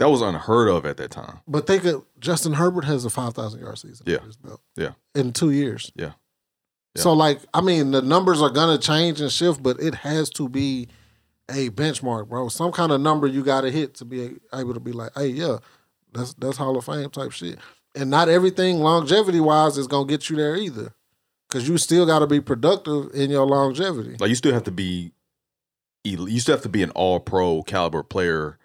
Speaker 2: That was unheard of at that time.
Speaker 4: but they could. Justin Herbert has a five thousand yard season.
Speaker 2: Yeah.
Speaker 4: under his belt
Speaker 2: Yeah.
Speaker 4: in two years.
Speaker 2: Yeah. Yeah.
Speaker 4: So like, I mean, the numbers are gonna change and shift, but it has to be a benchmark, bro. Some kind of number you gotta hit to be able to be like, hey, yeah, that's that's Hall of Fame type shit. And not everything longevity wise is gonna get you there either, because you still gotta be productive in your longevity.
Speaker 2: Like you still have to be, el- you still have to be an all pro caliber player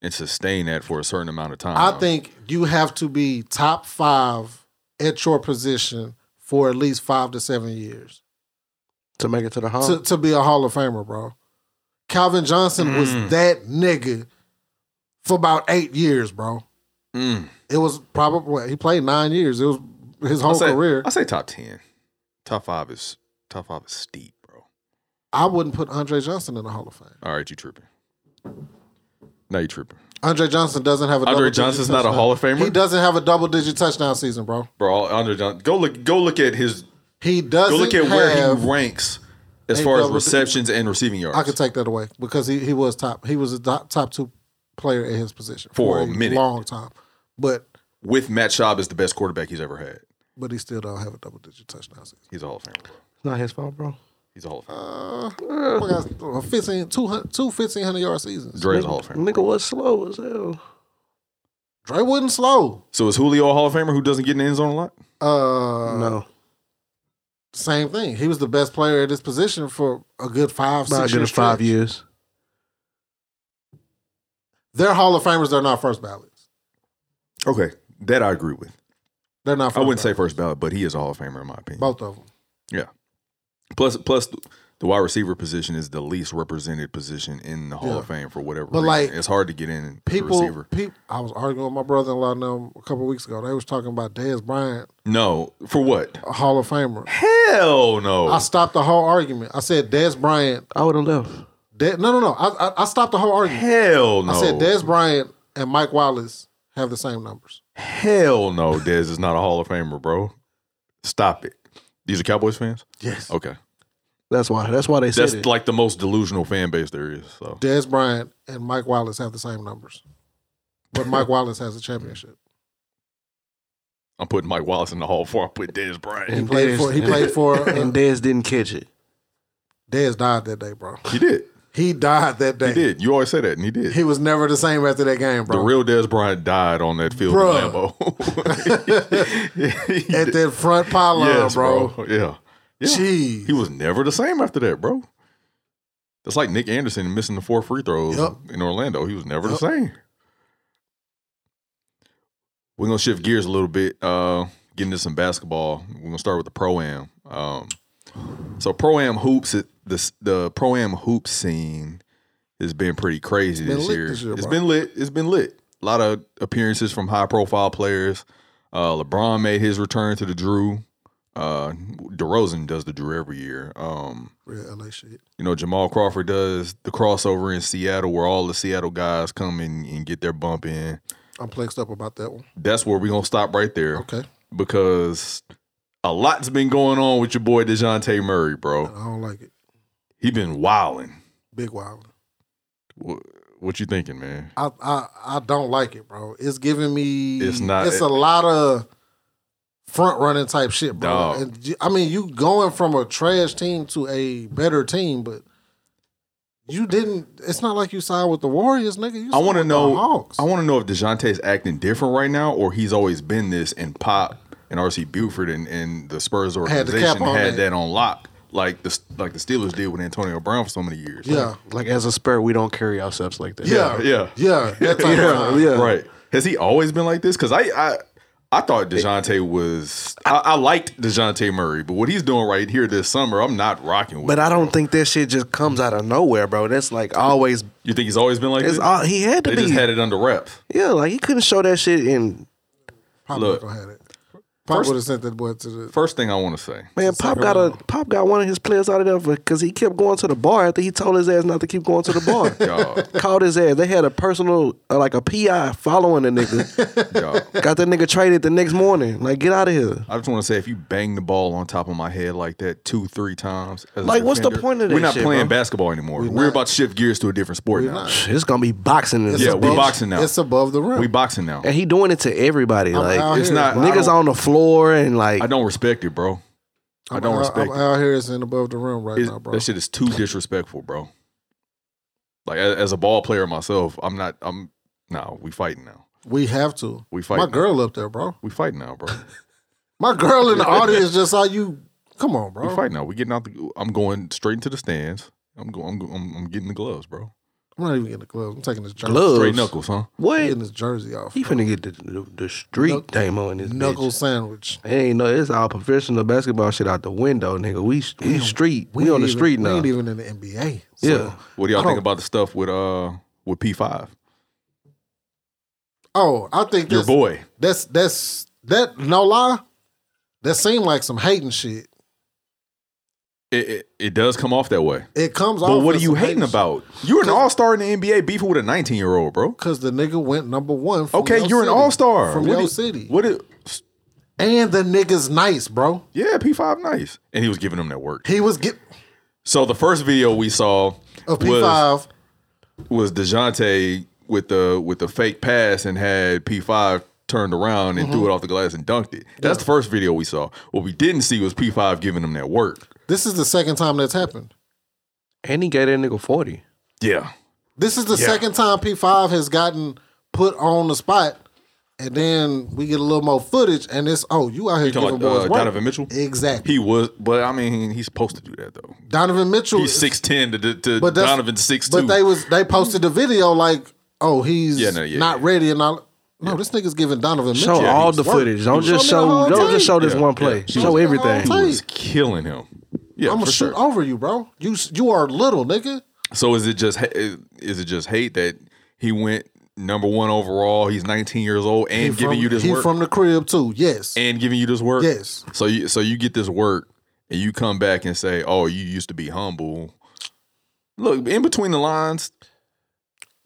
Speaker 2: and sustain that for a certain amount of time.
Speaker 4: I think you have to be top five at your position for at least five to seven years.
Speaker 3: To make it to the Hall.
Speaker 2: Um,
Speaker 4: to, to be a Hall of Famer, bro. Calvin Johnson was
Speaker 2: Mm.
Speaker 4: that nigga for about eight years, bro.
Speaker 2: Mm.
Speaker 4: It was probably well, he played nine years. It was his
Speaker 2: I
Speaker 4: whole
Speaker 2: say,
Speaker 4: career.
Speaker 2: I say top ten, top five is top five is steep, bro.
Speaker 4: I wouldn't put Andre Johnson in the Hall of Fame.
Speaker 2: All right, you tripping? Now you tripping.
Speaker 4: Andre Johnson doesn't have a
Speaker 2: Andre
Speaker 4: double-digit
Speaker 2: Johnson's not a
Speaker 4: touchdown.
Speaker 2: Hall of Famer?
Speaker 4: He doesn't have a double digit touchdown season, bro.
Speaker 2: Bro, Andre Johnson. Go look. Go look at his.
Speaker 4: He doesn't
Speaker 2: Go look at
Speaker 4: have,
Speaker 2: where he ranks as
Speaker 4: a
Speaker 2: far as
Speaker 4: double-
Speaker 2: receptions and receiving yards.
Speaker 4: I could take that away because he, he was top. He was a top, top two player in his position
Speaker 2: For a minute.
Speaker 4: long time. But
Speaker 2: With Matt Schaub as the best quarterback he's ever had.
Speaker 4: but he still don't have a double digit touchdown season.
Speaker 2: He's a Hall of Famer. Bro.
Speaker 3: It's not his fault, bro.
Speaker 2: He's a Hall of Famer.
Speaker 4: Uh, Boy, guys, uh, 15, 200, two 1,500 yard seasons.
Speaker 2: Dre's a Hall of Famer.
Speaker 3: Nigga was slow as hell.
Speaker 4: Dre wasn't slow.
Speaker 2: So is Julio a Hall of Famer who doesn't get in the end zone a lot?
Speaker 4: Uh,
Speaker 3: no,
Speaker 4: Same thing. He was the best player at his position for a good five,
Speaker 3: about
Speaker 4: six
Speaker 3: good
Speaker 4: years.
Speaker 3: five years.
Speaker 4: They're Hall of Famers. They're not first ballots.
Speaker 2: Okay, that I agree with.
Speaker 4: They're not
Speaker 2: I
Speaker 4: first
Speaker 2: wouldn't say
Speaker 4: ballots.
Speaker 2: first ballot, but he is a Hall of Famer in my opinion.
Speaker 4: Both of them.
Speaker 2: Yeah. Plus, plus th- the wide receiver position is the least represented position in the Hall
Speaker 4: Yeah.
Speaker 2: of Fame for whatever.
Speaker 4: But,
Speaker 2: reason.
Speaker 4: like,
Speaker 2: it's hard to get in. as a
Speaker 4: People,
Speaker 2: receiver.
Speaker 4: people. I was arguing with my brother-in-law and them a couple weeks ago. They was talking about Dez Bryant,
Speaker 2: No, for what?
Speaker 4: a Hall of Famer.
Speaker 2: Hell no.
Speaker 4: Oh. I stopped the whole argument. I said Dez Bryant.
Speaker 3: I would have left.
Speaker 4: De- no, no, no. I, I I stopped the whole argument.
Speaker 2: Hell no.
Speaker 4: I said Dez Bryant and Mike Wallace have the same numbers.
Speaker 2: Hell no. Dez is not a Hall of Famer, bro. Stop it. These are Cowboys fans.
Speaker 4: Yes.
Speaker 2: Okay,
Speaker 3: That's why. That's why they said
Speaker 2: that's
Speaker 3: it.
Speaker 2: like the most delusional fan base there is. So
Speaker 4: Dez Bryant and Mike Wallace have the same numbers, but Mike Wallace has a championship.
Speaker 2: I'm putting Mike Wallace in the Hall before I put Dez Bryant.
Speaker 4: He
Speaker 3: And
Speaker 4: played for. He
Speaker 3: Dez-
Speaker 4: played for. uh,
Speaker 3: and Dez didn't catch it.
Speaker 4: Dez died that day, bro.
Speaker 2: He did.
Speaker 4: He died that day.
Speaker 2: He did. You always say that, and he did.
Speaker 4: He was never the same after that game,
Speaker 2: The
Speaker 4: bro.
Speaker 2: real Des Bryant died on that field in
Speaker 4: Bruh.
Speaker 2: Lambeau.
Speaker 4: At that front pylon, bro.
Speaker 2: Yeah. Yeah.
Speaker 4: Jeez.
Speaker 2: He was never the same after that, bro. That's like Nick Anderson missing the four free throws
Speaker 4: Yup.
Speaker 2: in Orlando. He was never
Speaker 4: Yup.
Speaker 2: the same. We're gonna shift gears a little bit. Uh, get into some basketball. We're gonna start with the pro am. Um, so pro am hoops. it- The the pro am hoop scene has been pretty crazy
Speaker 4: been
Speaker 2: this,
Speaker 4: lit
Speaker 2: year.
Speaker 4: this year,
Speaker 2: It's
Speaker 4: bro.
Speaker 2: been lit. It's been lit. A lot of appearances from high profile players. Uh, LeBron made his return to the Drew. Uh, DeRozan does the Drew every year. Um,
Speaker 4: Real LA shit.
Speaker 2: you know, Jamal Crawford does the crossover in Seattle where all the Seattle guys come in and get their bump in.
Speaker 4: I'm plexed up about that one.
Speaker 2: That's where we're gonna stop right there
Speaker 4: Okay.
Speaker 2: because a lot's been going on with your boy DeJounte Murray,
Speaker 4: I
Speaker 2: bro.
Speaker 4: don't like it.
Speaker 2: He been wilding.
Speaker 4: Big wild.
Speaker 2: What, what you thinking, man?
Speaker 4: I, I I don't like it, bro. It's giving me.
Speaker 2: It's not-
Speaker 4: It's a lot of front running type shit, bro.
Speaker 2: Dog.
Speaker 4: And you- I mean, you going from a trash team to a better team, but you didn't. It's not like you signed with the Warriors, nigga. You
Speaker 2: I
Speaker 4: signed
Speaker 2: want to
Speaker 4: with the
Speaker 2: know.
Speaker 4: Hawks.
Speaker 2: I want to know if Dejounte's acting different right now, or he's always been this. And Pop and RC Buford and, and the Spurs
Speaker 4: Had the cap
Speaker 2: organization
Speaker 4: on
Speaker 2: had
Speaker 4: that.
Speaker 2: that. on lock, like the like the Steelers did with Antonio Brown for so many years.
Speaker 4: yeah,
Speaker 3: Like as a spur, we don't carry ourselves like that.
Speaker 4: yeah,
Speaker 2: yeah.
Speaker 4: yeah. That type of
Speaker 3: yeah,
Speaker 4: vibe.
Speaker 3: yeah.
Speaker 2: right. Has he always been like this? Because I, I I thought Dejounte was. I, I liked Dejounte Murray, but what he's doing right here this summer, I'm not rocking with.
Speaker 3: But I don't think that shit just comes out of nowhere, bro. That's like always.
Speaker 2: you think he's always been like
Speaker 3: It's
Speaker 2: this?
Speaker 3: all he had to
Speaker 2: they
Speaker 3: be.
Speaker 2: just had it under wraps.
Speaker 3: yeah, like he couldn't show that shit in.
Speaker 4: Pop
Speaker 2: Look.
Speaker 4: Look, gonna have it. Pop
Speaker 2: First-
Speaker 4: would have sent that boy to the.
Speaker 2: First thing I want to say.
Speaker 3: Man, Pop got a Pop got one of his players out of there because he kept going to the bar after he told his ass not to keep going to the bar.
Speaker 2: Dog,
Speaker 3: Called his ass. They had a personal, uh, like a PI following the nigga.
Speaker 2: dog.
Speaker 3: got that nigga traded the next morning. Like, get out of here.
Speaker 2: I just want to say, if you bang the ball on top of my head like that two, three times, as a
Speaker 3: Like, what's the point of that
Speaker 2: We're not
Speaker 3: shit,
Speaker 2: playing
Speaker 3: bro?
Speaker 2: basketball anymore. We're, about to shift gears to a different sport now.
Speaker 3: It's gonna be boxing. in
Speaker 4: It's
Speaker 3: this
Speaker 2: Yeah, we
Speaker 3: bitch.
Speaker 4: above-
Speaker 2: boxing now.
Speaker 4: It's above the rim.
Speaker 2: We boxing now.
Speaker 3: And he doing it to everybody.
Speaker 4: I'm out
Speaker 3: like
Speaker 2: It's
Speaker 4: here,
Speaker 2: not-
Speaker 4: bro.
Speaker 2: I
Speaker 3: niggas
Speaker 2: don't-
Speaker 3: on the floor and like
Speaker 2: I don't respect it, bro. I don't
Speaker 4: I'm out-
Speaker 2: respect
Speaker 4: I'm
Speaker 2: it.
Speaker 4: out here. It's in above the rim right
Speaker 2: It's-
Speaker 4: now, bro.
Speaker 2: That shit is too disrespectful, bro. Like a- as a ball player myself, I'm not. I'm no. We fighting now.
Speaker 4: we have to.
Speaker 2: We fighting.
Speaker 4: My
Speaker 2: now.
Speaker 4: girl up there, bro.
Speaker 2: We fighting now, bro.
Speaker 4: My girl in the audience just saw you. Come on,
Speaker 2: We
Speaker 4: bro.
Speaker 2: fighting now. We getting out the. I'm going straight into the stands. I'm going. I'm, I'm, I'm getting the gloves, bro.
Speaker 4: I'm not even getting the gloves. I'm taking this jersey.
Speaker 3: gloves.
Speaker 2: Straight knuckles, huh?
Speaker 4: I'm
Speaker 3: What?
Speaker 4: Getting this jersey off.
Speaker 3: He finna get the, the, the street demo in this
Speaker 4: Knuckle
Speaker 3: knuckles.
Speaker 4: sandwich.
Speaker 3: Bitch. Hey, no, it's all professional basketball shit out the window, nigga. We we street. We,
Speaker 4: ain't
Speaker 3: on the
Speaker 4: even-
Speaker 3: street
Speaker 4: We
Speaker 3: now.
Speaker 4: ain't even in the NBA. So
Speaker 3: yeah.
Speaker 2: What do y'all
Speaker 4: I
Speaker 2: think
Speaker 4: don't-
Speaker 2: about the stuff with uh with P five?
Speaker 4: Oh, I think
Speaker 2: Your
Speaker 4: that's,
Speaker 2: boy.
Speaker 4: that's that's that. No lie, that seemed like some hating shit.
Speaker 2: It, it, it does come off that way.
Speaker 4: It comes off.
Speaker 2: But what are
Speaker 4: as
Speaker 2: you
Speaker 4: some
Speaker 2: hating
Speaker 4: hate
Speaker 2: about? You're an all star in the NBA beefing with a 19 year old, bro.
Speaker 4: Because the nigga went number one. From
Speaker 2: Okay,
Speaker 4: your
Speaker 2: you're an
Speaker 4: city.
Speaker 2: all star
Speaker 4: from
Speaker 2: what
Speaker 4: your
Speaker 2: do-
Speaker 4: city,
Speaker 2: What? Is,
Speaker 4: and the nigga's nice, bro.
Speaker 2: yeah, P five nice, and he was giving them that work.
Speaker 4: He was get
Speaker 2: So the first video we saw
Speaker 4: a Oh, P
Speaker 2: was
Speaker 4: five.
Speaker 2: was Dejounte with the with the fake pass and had P five turned around and
Speaker 4: Mm-hmm.
Speaker 2: threw it off the glass and dunked it. That's the first video we saw. What we didn't see was P five giving them that work.
Speaker 4: This is the second time that's happened.
Speaker 3: And he gave that nigga 40.
Speaker 2: Yeah,
Speaker 4: This is the second time P five has gotten put on the spot, and then we get a little more footage, and it's oh you out here
Speaker 2: talking
Speaker 4: giving
Speaker 2: about,
Speaker 4: boys
Speaker 2: uh,
Speaker 4: work.
Speaker 2: Donovan Mitchell?
Speaker 4: Exactly.
Speaker 2: he was, but I mean, he's supposed to do that though.
Speaker 4: Donovan Mitchell.
Speaker 2: He's six ten to, to
Speaker 4: but that's-
Speaker 2: Donovan six
Speaker 4: But they was they posted the video like oh he's
Speaker 2: Yeah, no, yeah,
Speaker 4: not
Speaker 2: yeah.
Speaker 4: ready and all. No, this nigga's giving Donovan Mitchell.
Speaker 3: Show
Speaker 2: Yeah,
Speaker 3: all
Speaker 2: he
Speaker 3: the
Speaker 2: was
Speaker 3: footage. Don't
Speaker 4: He
Speaker 3: just
Speaker 4: showed me the
Speaker 3: show.
Speaker 4: whole
Speaker 3: Don't just
Speaker 4: tape.
Speaker 3: show this
Speaker 2: Yeah,
Speaker 3: one play.
Speaker 2: yeah. He
Speaker 3: Show
Speaker 4: was-
Speaker 3: everything.
Speaker 2: He
Speaker 4: Hey.
Speaker 2: was killing him. Yeah,
Speaker 4: I'm gonna
Speaker 2: for
Speaker 4: shoot
Speaker 2: sure.
Speaker 4: over you, bro. You s- you are little, nigga.
Speaker 2: So is it just ha- is it just hate that he went number one overall? He's 19 years old and
Speaker 4: He
Speaker 2: giving
Speaker 4: from-
Speaker 2: you this
Speaker 4: he
Speaker 2: work
Speaker 4: from the crib too. Yes,
Speaker 2: and giving you this work.
Speaker 4: Yes.
Speaker 2: So you so you get this work and you come back and say, "Oh, you used to be humble." Look in between the lines,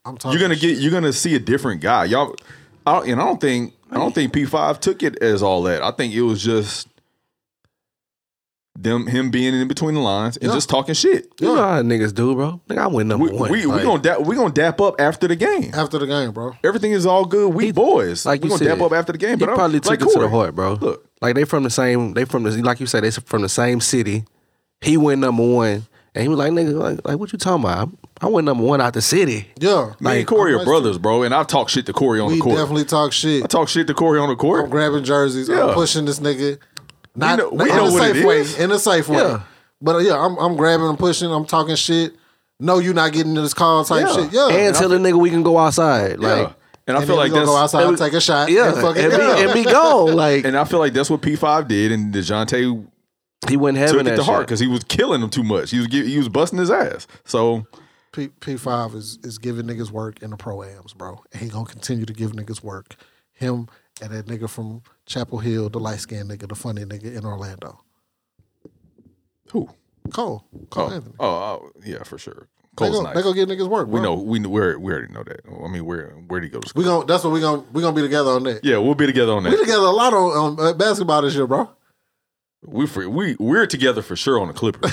Speaker 4: I'm talking.
Speaker 2: you're gonna
Speaker 4: shit.
Speaker 2: get you're gonna see a different guy. Y'all, I, and I don't think I don't think P five took it as all that. I think it was just them him being in between the lines and
Speaker 4: Yeah.
Speaker 2: just talking shit.
Speaker 3: You know how niggas do, bro. Nigga, I went number
Speaker 2: We
Speaker 3: one.
Speaker 2: we, we
Speaker 3: Like,
Speaker 2: gonna dap, we gonna dap up after the game.
Speaker 4: after the game, bro.
Speaker 2: Everything is all good. We boys.
Speaker 3: like
Speaker 2: we
Speaker 3: you
Speaker 2: gonna
Speaker 3: said,
Speaker 2: dap up after the game.
Speaker 3: he
Speaker 2: But I'm
Speaker 3: probably took
Speaker 2: like,
Speaker 3: it to the
Speaker 2: Corey,
Speaker 3: heart, bro.
Speaker 2: Look,
Speaker 3: like they from the same. They from the like you said. They from the same city. He went number one, and he was like, "Nigga, like, like what you talking about? I went number one out the city."
Speaker 4: Yeah,
Speaker 2: me and Corey are brothers, bro, and I talk shit to Corey on
Speaker 4: we
Speaker 2: the court.
Speaker 4: definitely talk shit.
Speaker 2: I talk shit to Corey on the court.
Speaker 4: I'm grabbing jerseys. I'm
Speaker 2: Yeah.
Speaker 4: pushing this nigga. Not
Speaker 2: know- we
Speaker 4: in
Speaker 2: know
Speaker 4: a
Speaker 2: what
Speaker 4: safe
Speaker 2: it
Speaker 4: way.
Speaker 2: is.
Speaker 4: In a safe way.
Speaker 3: Yeah.
Speaker 4: But uh, yeah, I'm, I'm grabbing. I'm pushing. I'm talking shit. No, you're not getting this call type
Speaker 2: Yeah.
Speaker 4: shit. Yeah,
Speaker 3: and, tell the nigga we can go outside,
Speaker 2: yeah.
Speaker 3: like
Speaker 2: and I
Speaker 4: and
Speaker 2: feel
Speaker 4: then we
Speaker 2: like
Speaker 4: gonna
Speaker 2: that's
Speaker 4: go outside,
Speaker 3: and we-
Speaker 4: take a shot.
Speaker 3: yeah,
Speaker 4: and
Speaker 3: and,
Speaker 4: fucking go.
Speaker 3: be, and be gone. Like
Speaker 2: and I feel like that's what P five did, and Dejounte
Speaker 3: he wasn't having
Speaker 2: took it
Speaker 3: that
Speaker 2: to heart
Speaker 3: shit.
Speaker 2: because he was killing him too much. He was gi- he was busting his ass. So
Speaker 4: P P five is is giving niggas work in the proams, bro. And he gonna continue to give niggas work. Him and that nigga from Chapel Hill, the light skinned nigga, the funny nigga in Orlando.
Speaker 2: who?
Speaker 4: Cole, Cole
Speaker 2: Oh,
Speaker 4: Anthony.
Speaker 2: oh, oh, yeah, for sure.
Speaker 4: They
Speaker 2: Cole's
Speaker 4: gonna, they
Speaker 2: nice.
Speaker 4: gonna give niggas work.
Speaker 2: we
Speaker 4: bro.
Speaker 2: know we we we already know that. I mean, where where did he go to school?
Speaker 4: We gonna that's what we gonna we gonna be together on that.
Speaker 2: yeah, we'll be together on
Speaker 4: We
Speaker 2: that.
Speaker 4: together a lot on um, uh, basketball this year, bro.
Speaker 2: We for, we we're together for sure on the Clippers.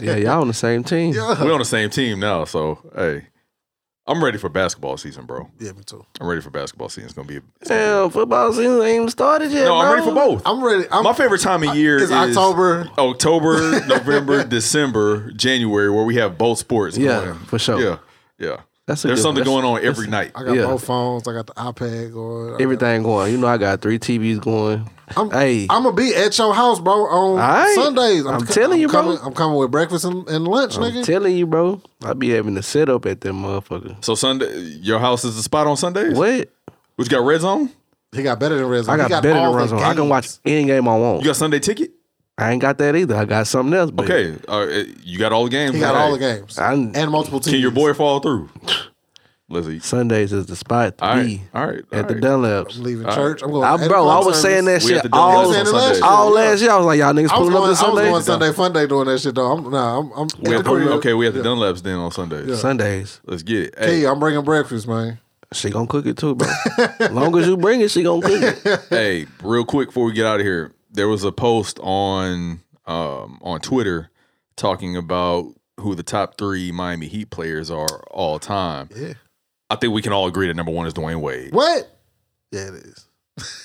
Speaker 3: yeah, y'all on the same team.
Speaker 2: we're on the same team now, so hey, I'm ready for basketball season, bro.
Speaker 4: Yeah, me too.
Speaker 2: I'm ready for basketball season. It's gonna be. It's gonna
Speaker 3: Damn, football season ain't even started yet.
Speaker 2: be no, I'm ready for
Speaker 3: bro.
Speaker 2: both.
Speaker 4: I'm ready. I'm,
Speaker 2: My favorite time of year
Speaker 4: It's
Speaker 2: is
Speaker 4: October.
Speaker 2: October, November, December, January, where we have both sports.
Speaker 3: Yeah,
Speaker 2: going.
Speaker 3: for sure.
Speaker 2: Yeah, yeah.
Speaker 3: That's a
Speaker 2: There's
Speaker 3: good one.
Speaker 2: something
Speaker 3: That's-
Speaker 2: going on every night.
Speaker 4: I got
Speaker 3: Yeah.
Speaker 4: both phones. I got the iPad going.
Speaker 3: Everything going. You know, I got three TVs going.
Speaker 4: I'm,
Speaker 3: hey,
Speaker 4: I'm gonna be at your house, bro, on
Speaker 3: right.
Speaker 4: Sundays.
Speaker 3: I'm telling you, bro.
Speaker 4: coming, I'm coming with breakfast and, and lunch, nigga.
Speaker 3: telling you, bro, I be having to set up at that motherfucker.
Speaker 2: So Sunday, your house is the spot on Sundays.
Speaker 3: What?
Speaker 2: What you got? Red zone?
Speaker 4: he got better than Red Zone.
Speaker 3: I
Speaker 4: He
Speaker 3: got, better than
Speaker 4: all the
Speaker 3: Russell. I can
Speaker 4: games.
Speaker 3: watch any game I want.
Speaker 2: You got Sunday ticket?
Speaker 3: I ain't got that either. I got something else. But
Speaker 2: Okay, all right, you got all the games.
Speaker 4: He got
Speaker 2: Hey,
Speaker 4: all the games
Speaker 3: I-
Speaker 4: and multiple teams.
Speaker 2: Can your boy fall through? Lizzie.
Speaker 3: Sundays is the spot to
Speaker 2: All right,
Speaker 3: be
Speaker 2: all right. all
Speaker 3: at the
Speaker 2: right.
Speaker 3: Dunlaps.
Speaker 4: I'm leaving church. I'm going.
Speaker 3: I,
Speaker 4: to
Speaker 3: bro, I was saying that
Speaker 2: We
Speaker 3: shit
Speaker 2: at the
Speaker 3: all,
Speaker 2: Dunlaps
Speaker 4: on Sundays.
Speaker 3: all
Speaker 4: Yeah.
Speaker 3: last year. I was like, y'all niggas
Speaker 4: I was
Speaker 3: pulling up
Speaker 4: going. I
Speaker 3: to
Speaker 4: was going
Speaker 3: Sundays.
Speaker 4: Sunday fun day doing that shit though. I'm, nah, I'm. I'm
Speaker 2: We
Speaker 4: at
Speaker 2: at
Speaker 4: the
Speaker 2: the,
Speaker 4: crib.
Speaker 2: okay, we at the Dunlaps then on Sundays.
Speaker 3: Sundays.
Speaker 2: Let's get it. Hey,
Speaker 4: Hey, I'm bringing breakfast, man.
Speaker 3: She gonna cook it too, bro. Long as you bring it, she gonna cook it.
Speaker 2: hey, real quick before we get out of here, there was a post on um, on Twitter talking about who the top three Miami Heat players are all time.
Speaker 4: Yeah.
Speaker 2: I think we can all agree that number one is Dwayne Wade.
Speaker 4: What? Yeah, it is.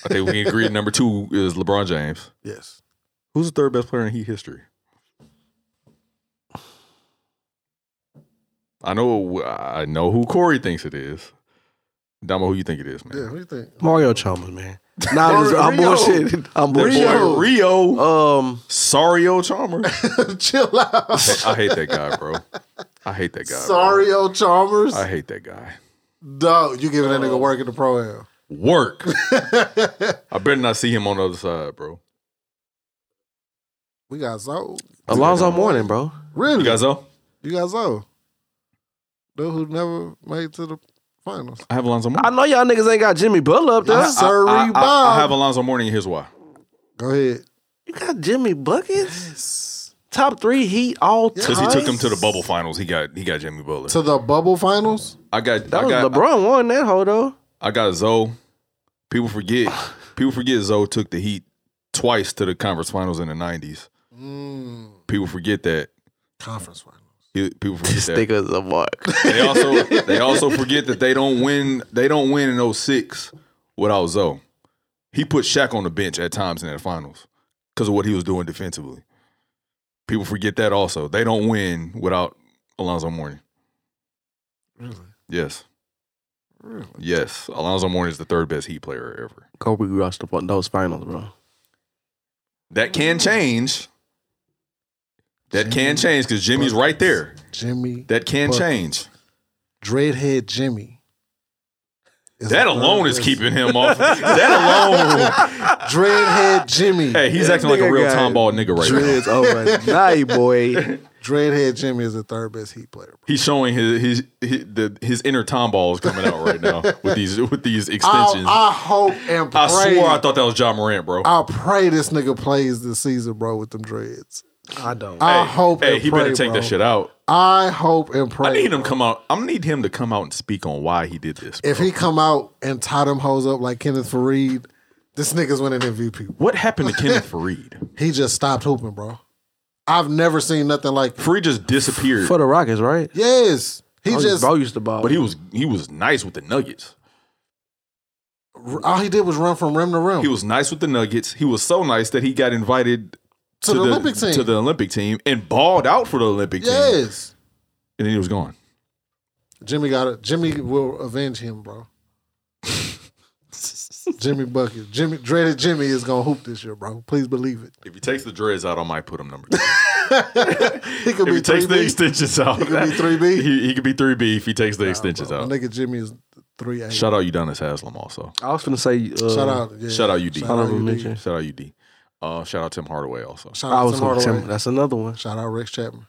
Speaker 2: I think we can agree that number two is LeBron James.
Speaker 4: Yes.
Speaker 2: Who's the third best player in Heat history? I know, I know who Corey thinks it is. Damo, who you think it is, man?
Speaker 4: Yeah. What do you think?
Speaker 3: Mario Chalmers, man. Nah, I'm, just, I'm
Speaker 2: Rio.
Speaker 3: bullshitting. I'm
Speaker 2: That boy,
Speaker 3: bullshitting.
Speaker 4: Rio. Uh.
Speaker 2: Rio,
Speaker 3: Um,
Speaker 2: Sario Chalmers.
Speaker 4: Chill out.
Speaker 2: I hate that guy, bro. I hate that guy. bro.
Speaker 4: Sorry, old Chalmers.
Speaker 2: I Oh. hate that guy.
Speaker 4: Dog, you giving that nigga work in the pro am.
Speaker 2: Work. I better not see him on the other side, bro.
Speaker 4: We got Zo.
Speaker 3: Alonzo Mourning, bro.
Speaker 2: You
Speaker 4: Really?
Speaker 2: guys know?
Speaker 4: You got Zo. Dude who never made it to the finals.
Speaker 2: I have Alonzo
Speaker 3: I
Speaker 2: Mourning.
Speaker 3: know y'all niggas ain't got Jimmy Butler up there.
Speaker 4: I- Sorry,
Speaker 2: I, I-
Speaker 4: Bob.
Speaker 2: I have Alonzo Mourning. and Here's why.
Speaker 4: Go ahead.
Speaker 3: You got Jimmy Buckets? Top three Heat all time.
Speaker 2: Because he took them to the bubble finals. He got he got Jimmy Butler.
Speaker 4: to the bubble finals.
Speaker 2: I got
Speaker 3: That
Speaker 2: I
Speaker 3: was
Speaker 2: got
Speaker 3: LeBron won that hole though.
Speaker 2: I got Zoe. People forget people forget Zoe took the Heat twice to the conference finals in the nineties.
Speaker 3: Mm.
Speaker 2: People forget that.
Speaker 4: Conference finals.
Speaker 2: He- People forget that.
Speaker 3: Think of the mark.
Speaker 2: They also they also forget that they don't win they don't win in 06 without Zoe. He put Shaq on the bench at times in that finals because of what he was doing defensively. People forget that also. They don't win without Alonzo Mourning.
Speaker 4: Really?
Speaker 2: Yes.
Speaker 4: Really?
Speaker 2: Yes. Alonzo Mourning is the third best Heat player ever.
Speaker 3: Kobe rushed up on those finals, bro.
Speaker 2: That can change. That can change because Jimmy's right there.
Speaker 4: Jimmy.
Speaker 2: That can
Speaker 4: But-
Speaker 2: change.
Speaker 4: Dreadhead Jimmy. is
Speaker 2: That
Speaker 4: the
Speaker 2: alone
Speaker 4: third
Speaker 2: is
Speaker 4: best.
Speaker 2: keeping him off. That alone.
Speaker 4: Dreadhead Jimmy.
Speaker 2: Hey, he's
Speaker 3: That
Speaker 2: acting like a
Speaker 3: nigga
Speaker 2: real
Speaker 3: got
Speaker 2: tomball nigga right now.
Speaker 3: Dreads over night, boy.
Speaker 4: Dreadhead Jimmy is the third best Heat player.
Speaker 2: He's showing his his his, the, his inner Tom Ball is coming out right now with these with these
Speaker 4: I,
Speaker 2: extensions. I,
Speaker 4: I hope and pray.
Speaker 2: swore I thought that was John Morant, bro.
Speaker 4: I pray this nigga plays this season, bro, with them dreads.
Speaker 3: I don't.
Speaker 4: I
Speaker 2: hey,
Speaker 4: hope.
Speaker 2: hey,
Speaker 4: and
Speaker 2: he
Speaker 4: pray,
Speaker 2: better take
Speaker 4: bro.
Speaker 2: that shit out.
Speaker 4: I hope and pray.
Speaker 2: I need him
Speaker 4: bro.
Speaker 2: come out. I need him to come out and speak on why he did this.
Speaker 4: If he come out and tie them hoes up like Kenneth Fareed, this nigga's winning MVP.
Speaker 2: What happened to Kenneth Fareed?
Speaker 4: He just stopped hooping, bro. I've never seen nothing like.
Speaker 2: Fareed just disappeared,
Speaker 3: For the Rockets, right?
Speaker 4: Yes, he
Speaker 3: Bro
Speaker 4: just
Speaker 3: bro used to ball.
Speaker 2: but he was he was nice with the Nuggets.
Speaker 4: all he did was run from rim to rim.
Speaker 2: He was nice with the Nuggets. He was so nice that he got invited
Speaker 4: To the Olympic team.
Speaker 2: to the Olympic team and balled out for the Olympic team,
Speaker 4: yes,
Speaker 2: and then he was gone.
Speaker 4: Jimmy got it. Jimmy will avenge him, bro. Jimmy bucket. Jimmy dreaded Jimmy is gonna hoop this year, bro. Please believe it.
Speaker 2: If he takes the dreads out, I might put him number. Two.
Speaker 4: He could
Speaker 2: if
Speaker 4: be
Speaker 2: he takes
Speaker 4: three
Speaker 2: the
Speaker 4: B.
Speaker 2: extensions out, he
Speaker 4: could be 3B.
Speaker 2: He, he could be three B if he takes the extensions out.
Speaker 4: Nigga Jimmy is three A.
Speaker 2: Shout out Udonis Haslam also.
Speaker 3: I was gonna say. Uh,
Speaker 4: Shout out. yeah.
Speaker 2: Shout out UD.
Speaker 4: Shout out
Speaker 3: Honorable
Speaker 4: UD.
Speaker 3: mention.
Speaker 2: Shout out UD. Uh, shout out Tim Hardaway also.
Speaker 4: Shout
Speaker 3: I
Speaker 4: out
Speaker 3: was
Speaker 4: Tim
Speaker 3: gonna
Speaker 4: Hardaway.
Speaker 3: say that's another one.
Speaker 4: Shout out Rex Chapman.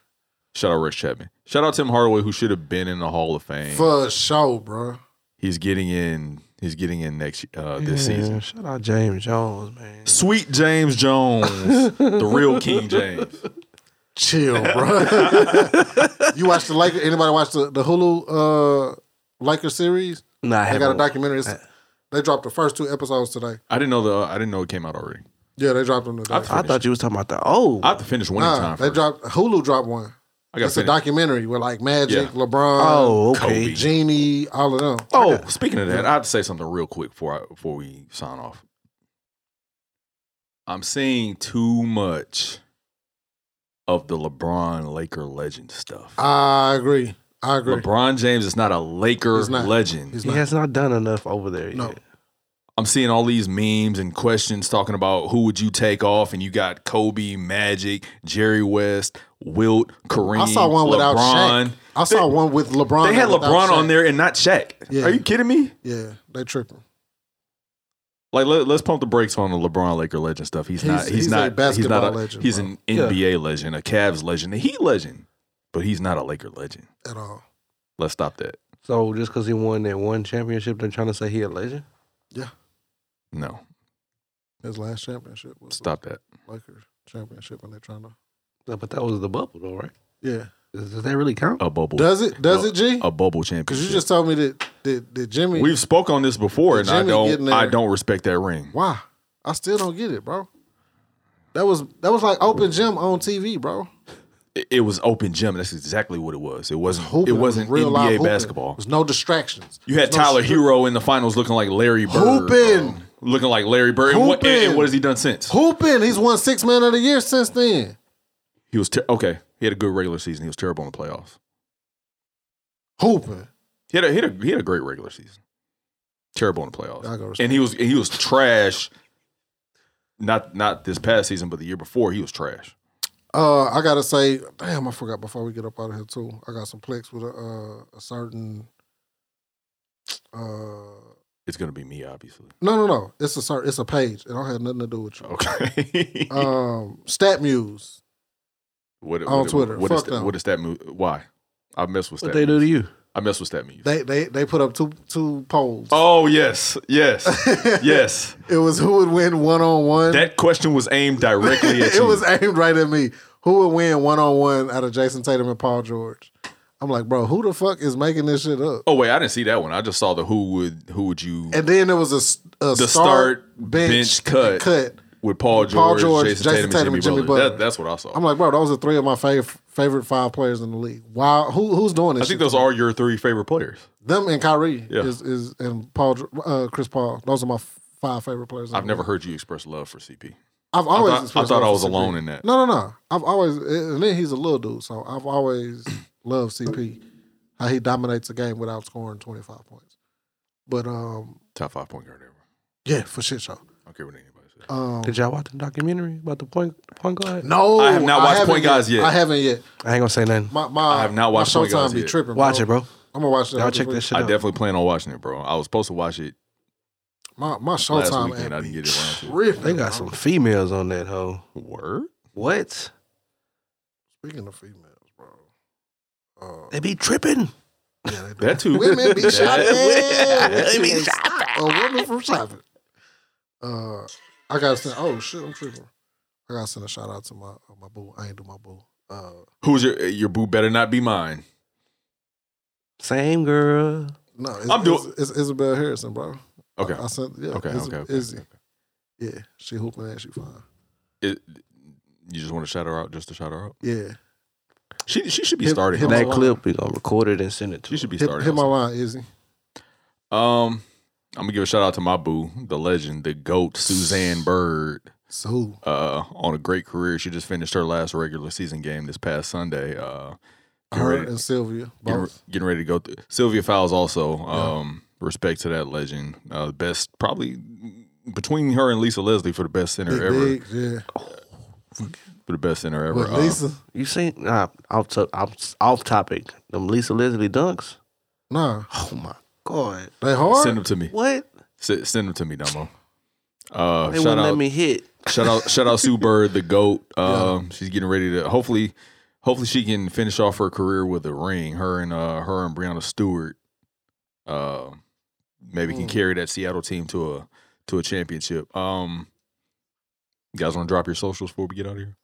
Speaker 2: Shout out Rex Chapman. Shout out Tim Hardaway who should have been in the Hall of Fame.
Speaker 4: For sure, bro.
Speaker 2: He's getting in. He's getting in next uh, this
Speaker 3: Yeah,
Speaker 2: season.
Speaker 3: Shout out James Jones, man.
Speaker 2: Sweet James Jones, the real King James.
Speaker 4: Chill, bro. you watch the Lakers? Anybody watch the, the Hulu uh, Lakers series?
Speaker 3: Nah, I
Speaker 4: They got a
Speaker 3: haven't.
Speaker 4: documentary. It's- they dropped the first two episodes today.
Speaker 2: I didn't know the. uh, I didn't know it came out already.
Speaker 4: Yeah, they dropped them today.
Speaker 3: I thought you was talking about the oh. old.
Speaker 2: I have to finish winning
Speaker 4: Nah,
Speaker 2: time.
Speaker 4: they
Speaker 2: first.
Speaker 4: dropped Hulu dropped one.
Speaker 2: I got
Speaker 4: It's
Speaker 2: to
Speaker 4: a
Speaker 2: finish.
Speaker 4: documentary with like Magic,
Speaker 2: Yeah.
Speaker 4: LeBron,
Speaker 3: oh, okay.
Speaker 2: Kobe.
Speaker 4: Genie, all of them.
Speaker 2: Oh, speaking of that, I have to say something real quick before I, before we sign off. I'm seeing too much of the LeBron Laker legend stuff.
Speaker 4: I agree. I agree.
Speaker 2: LeBron James is not a Laker
Speaker 4: He's not.
Speaker 2: legend.
Speaker 4: He's
Speaker 3: He
Speaker 4: not.
Speaker 3: has not done enough over there.
Speaker 4: No.
Speaker 3: Yet.
Speaker 2: I'm seeing all these memes and questions talking about who would you take off, and you got Kobe, Magic, Jerry West, Wilt, Kareem.
Speaker 4: I saw one without
Speaker 2: LeBron.
Speaker 4: Shaq. I saw one with LeBron.
Speaker 2: They had
Speaker 4: and without
Speaker 2: LeBron
Speaker 4: Shaq.
Speaker 2: on there and not Shaq.
Speaker 4: Yeah.
Speaker 2: Are you kidding me?
Speaker 4: Yeah, they tripping.
Speaker 2: Like let, let's pump the brakes on the LeBron Laker legend stuff. He's,
Speaker 4: He's-
Speaker 2: not. He's,
Speaker 4: he's a
Speaker 2: not. he's not
Speaker 4: basketball
Speaker 2: a,
Speaker 4: legend,
Speaker 2: He's
Speaker 4: bro.
Speaker 2: an
Speaker 3: Yeah.
Speaker 2: NBA legend, a Cavs legend, a Heat legend, but he's not a Laker legend.
Speaker 4: at all.
Speaker 2: Let's stop that.
Speaker 3: So just because he won that one championship, they're trying to say he a legend.
Speaker 2: No,
Speaker 4: His last championship was
Speaker 2: stop that.
Speaker 4: the Lakers championship, and they're trying to.
Speaker 3: No, But that was the bubble, though, right?
Speaker 4: Yeah,
Speaker 3: Does, does that really count?
Speaker 2: A bubble.
Speaker 4: does it? Does it, G?
Speaker 2: a bubble
Speaker 4: Because
Speaker 2: championship.
Speaker 4: you just told me that that, that Jimmy.
Speaker 2: We've spoke on this before, and I
Speaker 4: Jimmy
Speaker 2: don't.
Speaker 4: getting there.
Speaker 2: I don't respect that ring.
Speaker 4: why? I still don't get it, bro. That was that was like open gym on TV, bro.
Speaker 2: It, it was open gym. That's exactly what it was. It wasn't.
Speaker 4: Hooping,
Speaker 2: it wasn't
Speaker 4: real live
Speaker 2: NBA
Speaker 4: hooping.
Speaker 2: basketball.
Speaker 4: There's no distractions.
Speaker 2: You had
Speaker 4: There's no
Speaker 2: Tyler
Speaker 4: stri-
Speaker 2: Hero in the finals, looking like Larry Bird.
Speaker 4: Hooping.
Speaker 2: bro. Looking like Larry Bird. And what, and- and
Speaker 4: Hooping.
Speaker 2: what has he done since?
Speaker 4: Hooping. He's won six man of the year since then.
Speaker 2: He was ter- okay. He had a good regular season. He was terrible in the playoffs.
Speaker 4: Hooping.
Speaker 2: He had a, he had a, he had a great regular season. Terrible in the playoffs.
Speaker 4: I go
Speaker 2: and he was he was trash. Not not this past season, but the year before, he was trash.
Speaker 4: Uh, I gotta say, damn, I forgot before we get up out of here too. I got some plex with a, uh, a certain. Uh,
Speaker 2: It's gonna be me, obviously.
Speaker 4: no, no, no. It's a cer- it's a page. It don't have nothing to do with you.
Speaker 2: Okay.
Speaker 4: Um, Stat Muse.
Speaker 2: what,
Speaker 4: on Twitter.
Speaker 2: What
Speaker 4: Fuck
Speaker 2: is that,
Speaker 4: them.
Speaker 2: what is that move? Why? I mess with
Speaker 3: What
Speaker 2: that.
Speaker 3: they do
Speaker 2: move.
Speaker 3: to you?
Speaker 2: I mess with that move.
Speaker 4: They they they put up two two polls.
Speaker 2: Oh yes, yes, yes.
Speaker 4: It was who would win one on one.
Speaker 2: That question was aimed directly at you.
Speaker 4: It was aimed right at me. who would win one on one out of Jason Tatum and Paul George? I'm like, bro, who the fuck is making this shit up?
Speaker 2: Oh wait, I didn't see that one. I just saw the who would who would you
Speaker 4: And then there was a, s- a
Speaker 2: the
Speaker 4: start,
Speaker 2: start bench
Speaker 4: bench,
Speaker 2: cut.
Speaker 4: cut.
Speaker 2: with Paul George,
Speaker 4: Paul George,
Speaker 2: Jason, Tatum, and Jimmy, Butler. That- that's what I saw.
Speaker 4: I'm like, bro, those are three of my fav- favorite five players in the league. Wow, who who's doing this?
Speaker 2: I think
Speaker 4: shit?
Speaker 2: those are your three favorite players.
Speaker 4: them and Kyrie
Speaker 2: Yeah.
Speaker 4: is, is and Paul Ge- uh, Chris Paul. Those are my f- five favorite players. in
Speaker 2: I've
Speaker 4: the
Speaker 2: never
Speaker 4: league.
Speaker 2: heard you express love for CP.
Speaker 4: I've always.
Speaker 2: I thought-
Speaker 4: expressed
Speaker 2: I thought
Speaker 4: love
Speaker 2: I
Speaker 4: for
Speaker 2: was
Speaker 4: CP.
Speaker 2: alone in that.
Speaker 4: No, no, no. I've always and then he's a little dude, so I've always loved CP. How he dominates a game without scoring 25 points. But um,
Speaker 2: Top five point guard ever.
Speaker 4: yeah, for shit show.
Speaker 2: I don't care what anybody says.
Speaker 4: Um,
Speaker 3: Did y'all watch the documentary about the point point guard?
Speaker 4: no,
Speaker 2: I have not watched
Speaker 4: haven't
Speaker 2: Point Guys yet.
Speaker 4: I haven't yet.
Speaker 3: I ain't gonna say nothing.
Speaker 4: My my
Speaker 2: I have not watched
Speaker 4: my
Speaker 2: Point Guys
Speaker 4: Showtime be
Speaker 2: yet.
Speaker 4: tripping.
Speaker 3: Watch it, bro.
Speaker 4: I'm gonna watch that.
Speaker 3: Y'all
Speaker 4: this
Speaker 3: check that
Speaker 4: week.
Speaker 3: shit
Speaker 2: I
Speaker 3: out.
Speaker 2: definitely plan on watching it, bro. I was supposed to watch it.
Speaker 4: My my
Speaker 2: Last
Speaker 4: Showtime
Speaker 2: weekend,
Speaker 4: app
Speaker 2: I didn't
Speaker 4: be
Speaker 2: get around to it.
Speaker 4: tripping,
Speaker 3: They got
Speaker 4: bro.
Speaker 3: some females on that hoe.
Speaker 2: Word?
Speaker 3: What?
Speaker 4: Speaking of females, bro. Uh,
Speaker 3: They be tripping.
Speaker 4: yeah, they do.
Speaker 2: That too.
Speaker 4: Women be
Speaker 2: That-
Speaker 4: shopping.
Speaker 2: that-
Speaker 4: Women be shopping. A woman from shopping. Uh, I gotta send. Oh shit, I'm tripping. I gotta send a shout out to my uh, my boo. I ain't do my boo. Uh,
Speaker 2: Who's your eh, your boo? Better not be mine.
Speaker 3: Same girl.
Speaker 4: no, it's,
Speaker 2: I'm doing-
Speaker 4: It's, it's Isabel Harrison, bro.
Speaker 2: Okay.
Speaker 4: I, I sent. Yeah.
Speaker 2: Okay,
Speaker 4: Is,
Speaker 2: okay, okay,
Speaker 4: Izzy.
Speaker 2: okay.
Speaker 4: Yeah, she hooping and she fine.
Speaker 2: It- you just want to shout her out, just to shout her out.
Speaker 4: Yeah.
Speaker 2: She she should be
Speaker 4: Hit-
Speaker 2: starting.
Speaker 4: hit
Speaker 2: also.
Speaker 4: my-
Speaker 3: That clip we gonna record it and send it to.
Speaker 2: She should be
Speaker 4: Hit,
Speaker 2: starting.
Speaker 4: hit my
Speaker 2: also.
Speaker 4: line, Izzy.
Speaker 2: um, I'm gonna give a shout out to my boo, the legend, the goat, Suzanne Bird.
Speaker 4: So
Speaker 2: uh, on a great career. She just finished her last regular season game this past Sunday. Uh, getting,
Speaker 4: her
Speaker 2: ready,
Speaker 4: and Sylvia
Speaker 2: getting,
Speaker 4: both.
Speaker 2: getting ready to go. Through. Sylvia Fowles also. Um, Respect to that legend. Uh, the best probably between her and Lisa Leslie for the best center
Speaker 4: Big,
Speaker 2: ever.
Speaker 4: big, yeah.
Speaker 2: For the best center ever.
Speaker 4: But
Speaker 2: Uh,
Speaker 4: Lisa,
Speaker 3: You seen nah, off to, off off topic. Them Lisa Leslie dunks.
Speaker 4: nah,
Speaker 3: Oh my god.
Speaker 4: they hard.
Speaker 2: send them to me.
Speaker 3: What?
Speaker 2: S- send them to me, Damo. Uh,
Speaker 3: They
Speaker 2: shout
Speaker 3: wouldn't
Speaker 2: out.
Speaker 3: let me hit.
Speaker 2: Shout out, shout out Sue Bird, the goat. Um, She's getting ready to hopefully, hopefully she can finish off her career with a ring. Her and uh, her and Brianna Stewart, uh, maybe
Speaker 3: Hmm.
Speaker 2: can carry that Seattle team to a to a championship. Um, you guys want to drop your socials before we get out of here?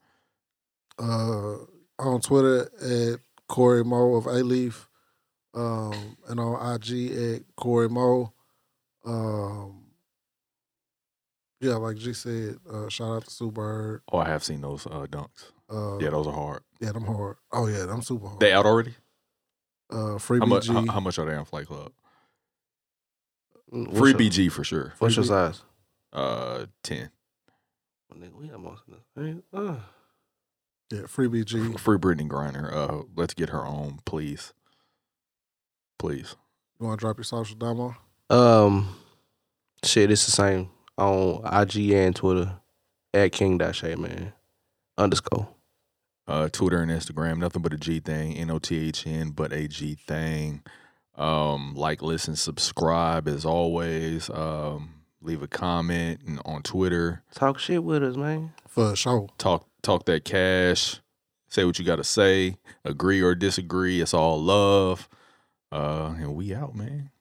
Speaker 4: uh, on Twitter at Corey Moe of A Leaf, um, and on IG at Corey Moe. Um, yeah, like G said, uh, shout out to Sue Bird.
Speaker 2: Oh, I have seen those uh, dunks.
Speaker 4: Uh,
Speaker 2: Yeah, those are hard.
Speaker 4: yeah, them hard. Oh yeah, them super hard.
Speaker 2: They out already?
Speaker 4: Uh, free
Speaker 2: How much?
Speaker 4: BG.
Speaker 2: How, how much are they on Flight Club?
Speaker 3: Mm, What's
Speaker 2: Free
Speaker 3: your-
Speaker 2: BG for sure.
Speaker 3: What's your
Speaker 4: Free
Speaker 3: size?
Speaker 2: Uh, ten.
Speaker 3: Oh, Nigga, we almost. man, uh,
Speaker 4: yeah, free BG.
Speaker 2: Free Brittany Griner. Uh, let's get her on, please, please.
Speaker 4: You want to drop your social demo?
Speaker 3: Um, shit, it's the same on IG and Twitter at King Shay man underscore.
Speaker 2: uh, Twitter and Instagram, nothing but a G thing, N O T H N, but a G thing. Um, like, listen, subscribe as always. Um, leave a comment and on Twitter.
Speaker 3: Talk shit with us, man.
Speaker 4: For sure.
Speaker 2: Talk, talk that cash. Say what you got to say. Agree or disagree. It's all love. Uh, and we out, man.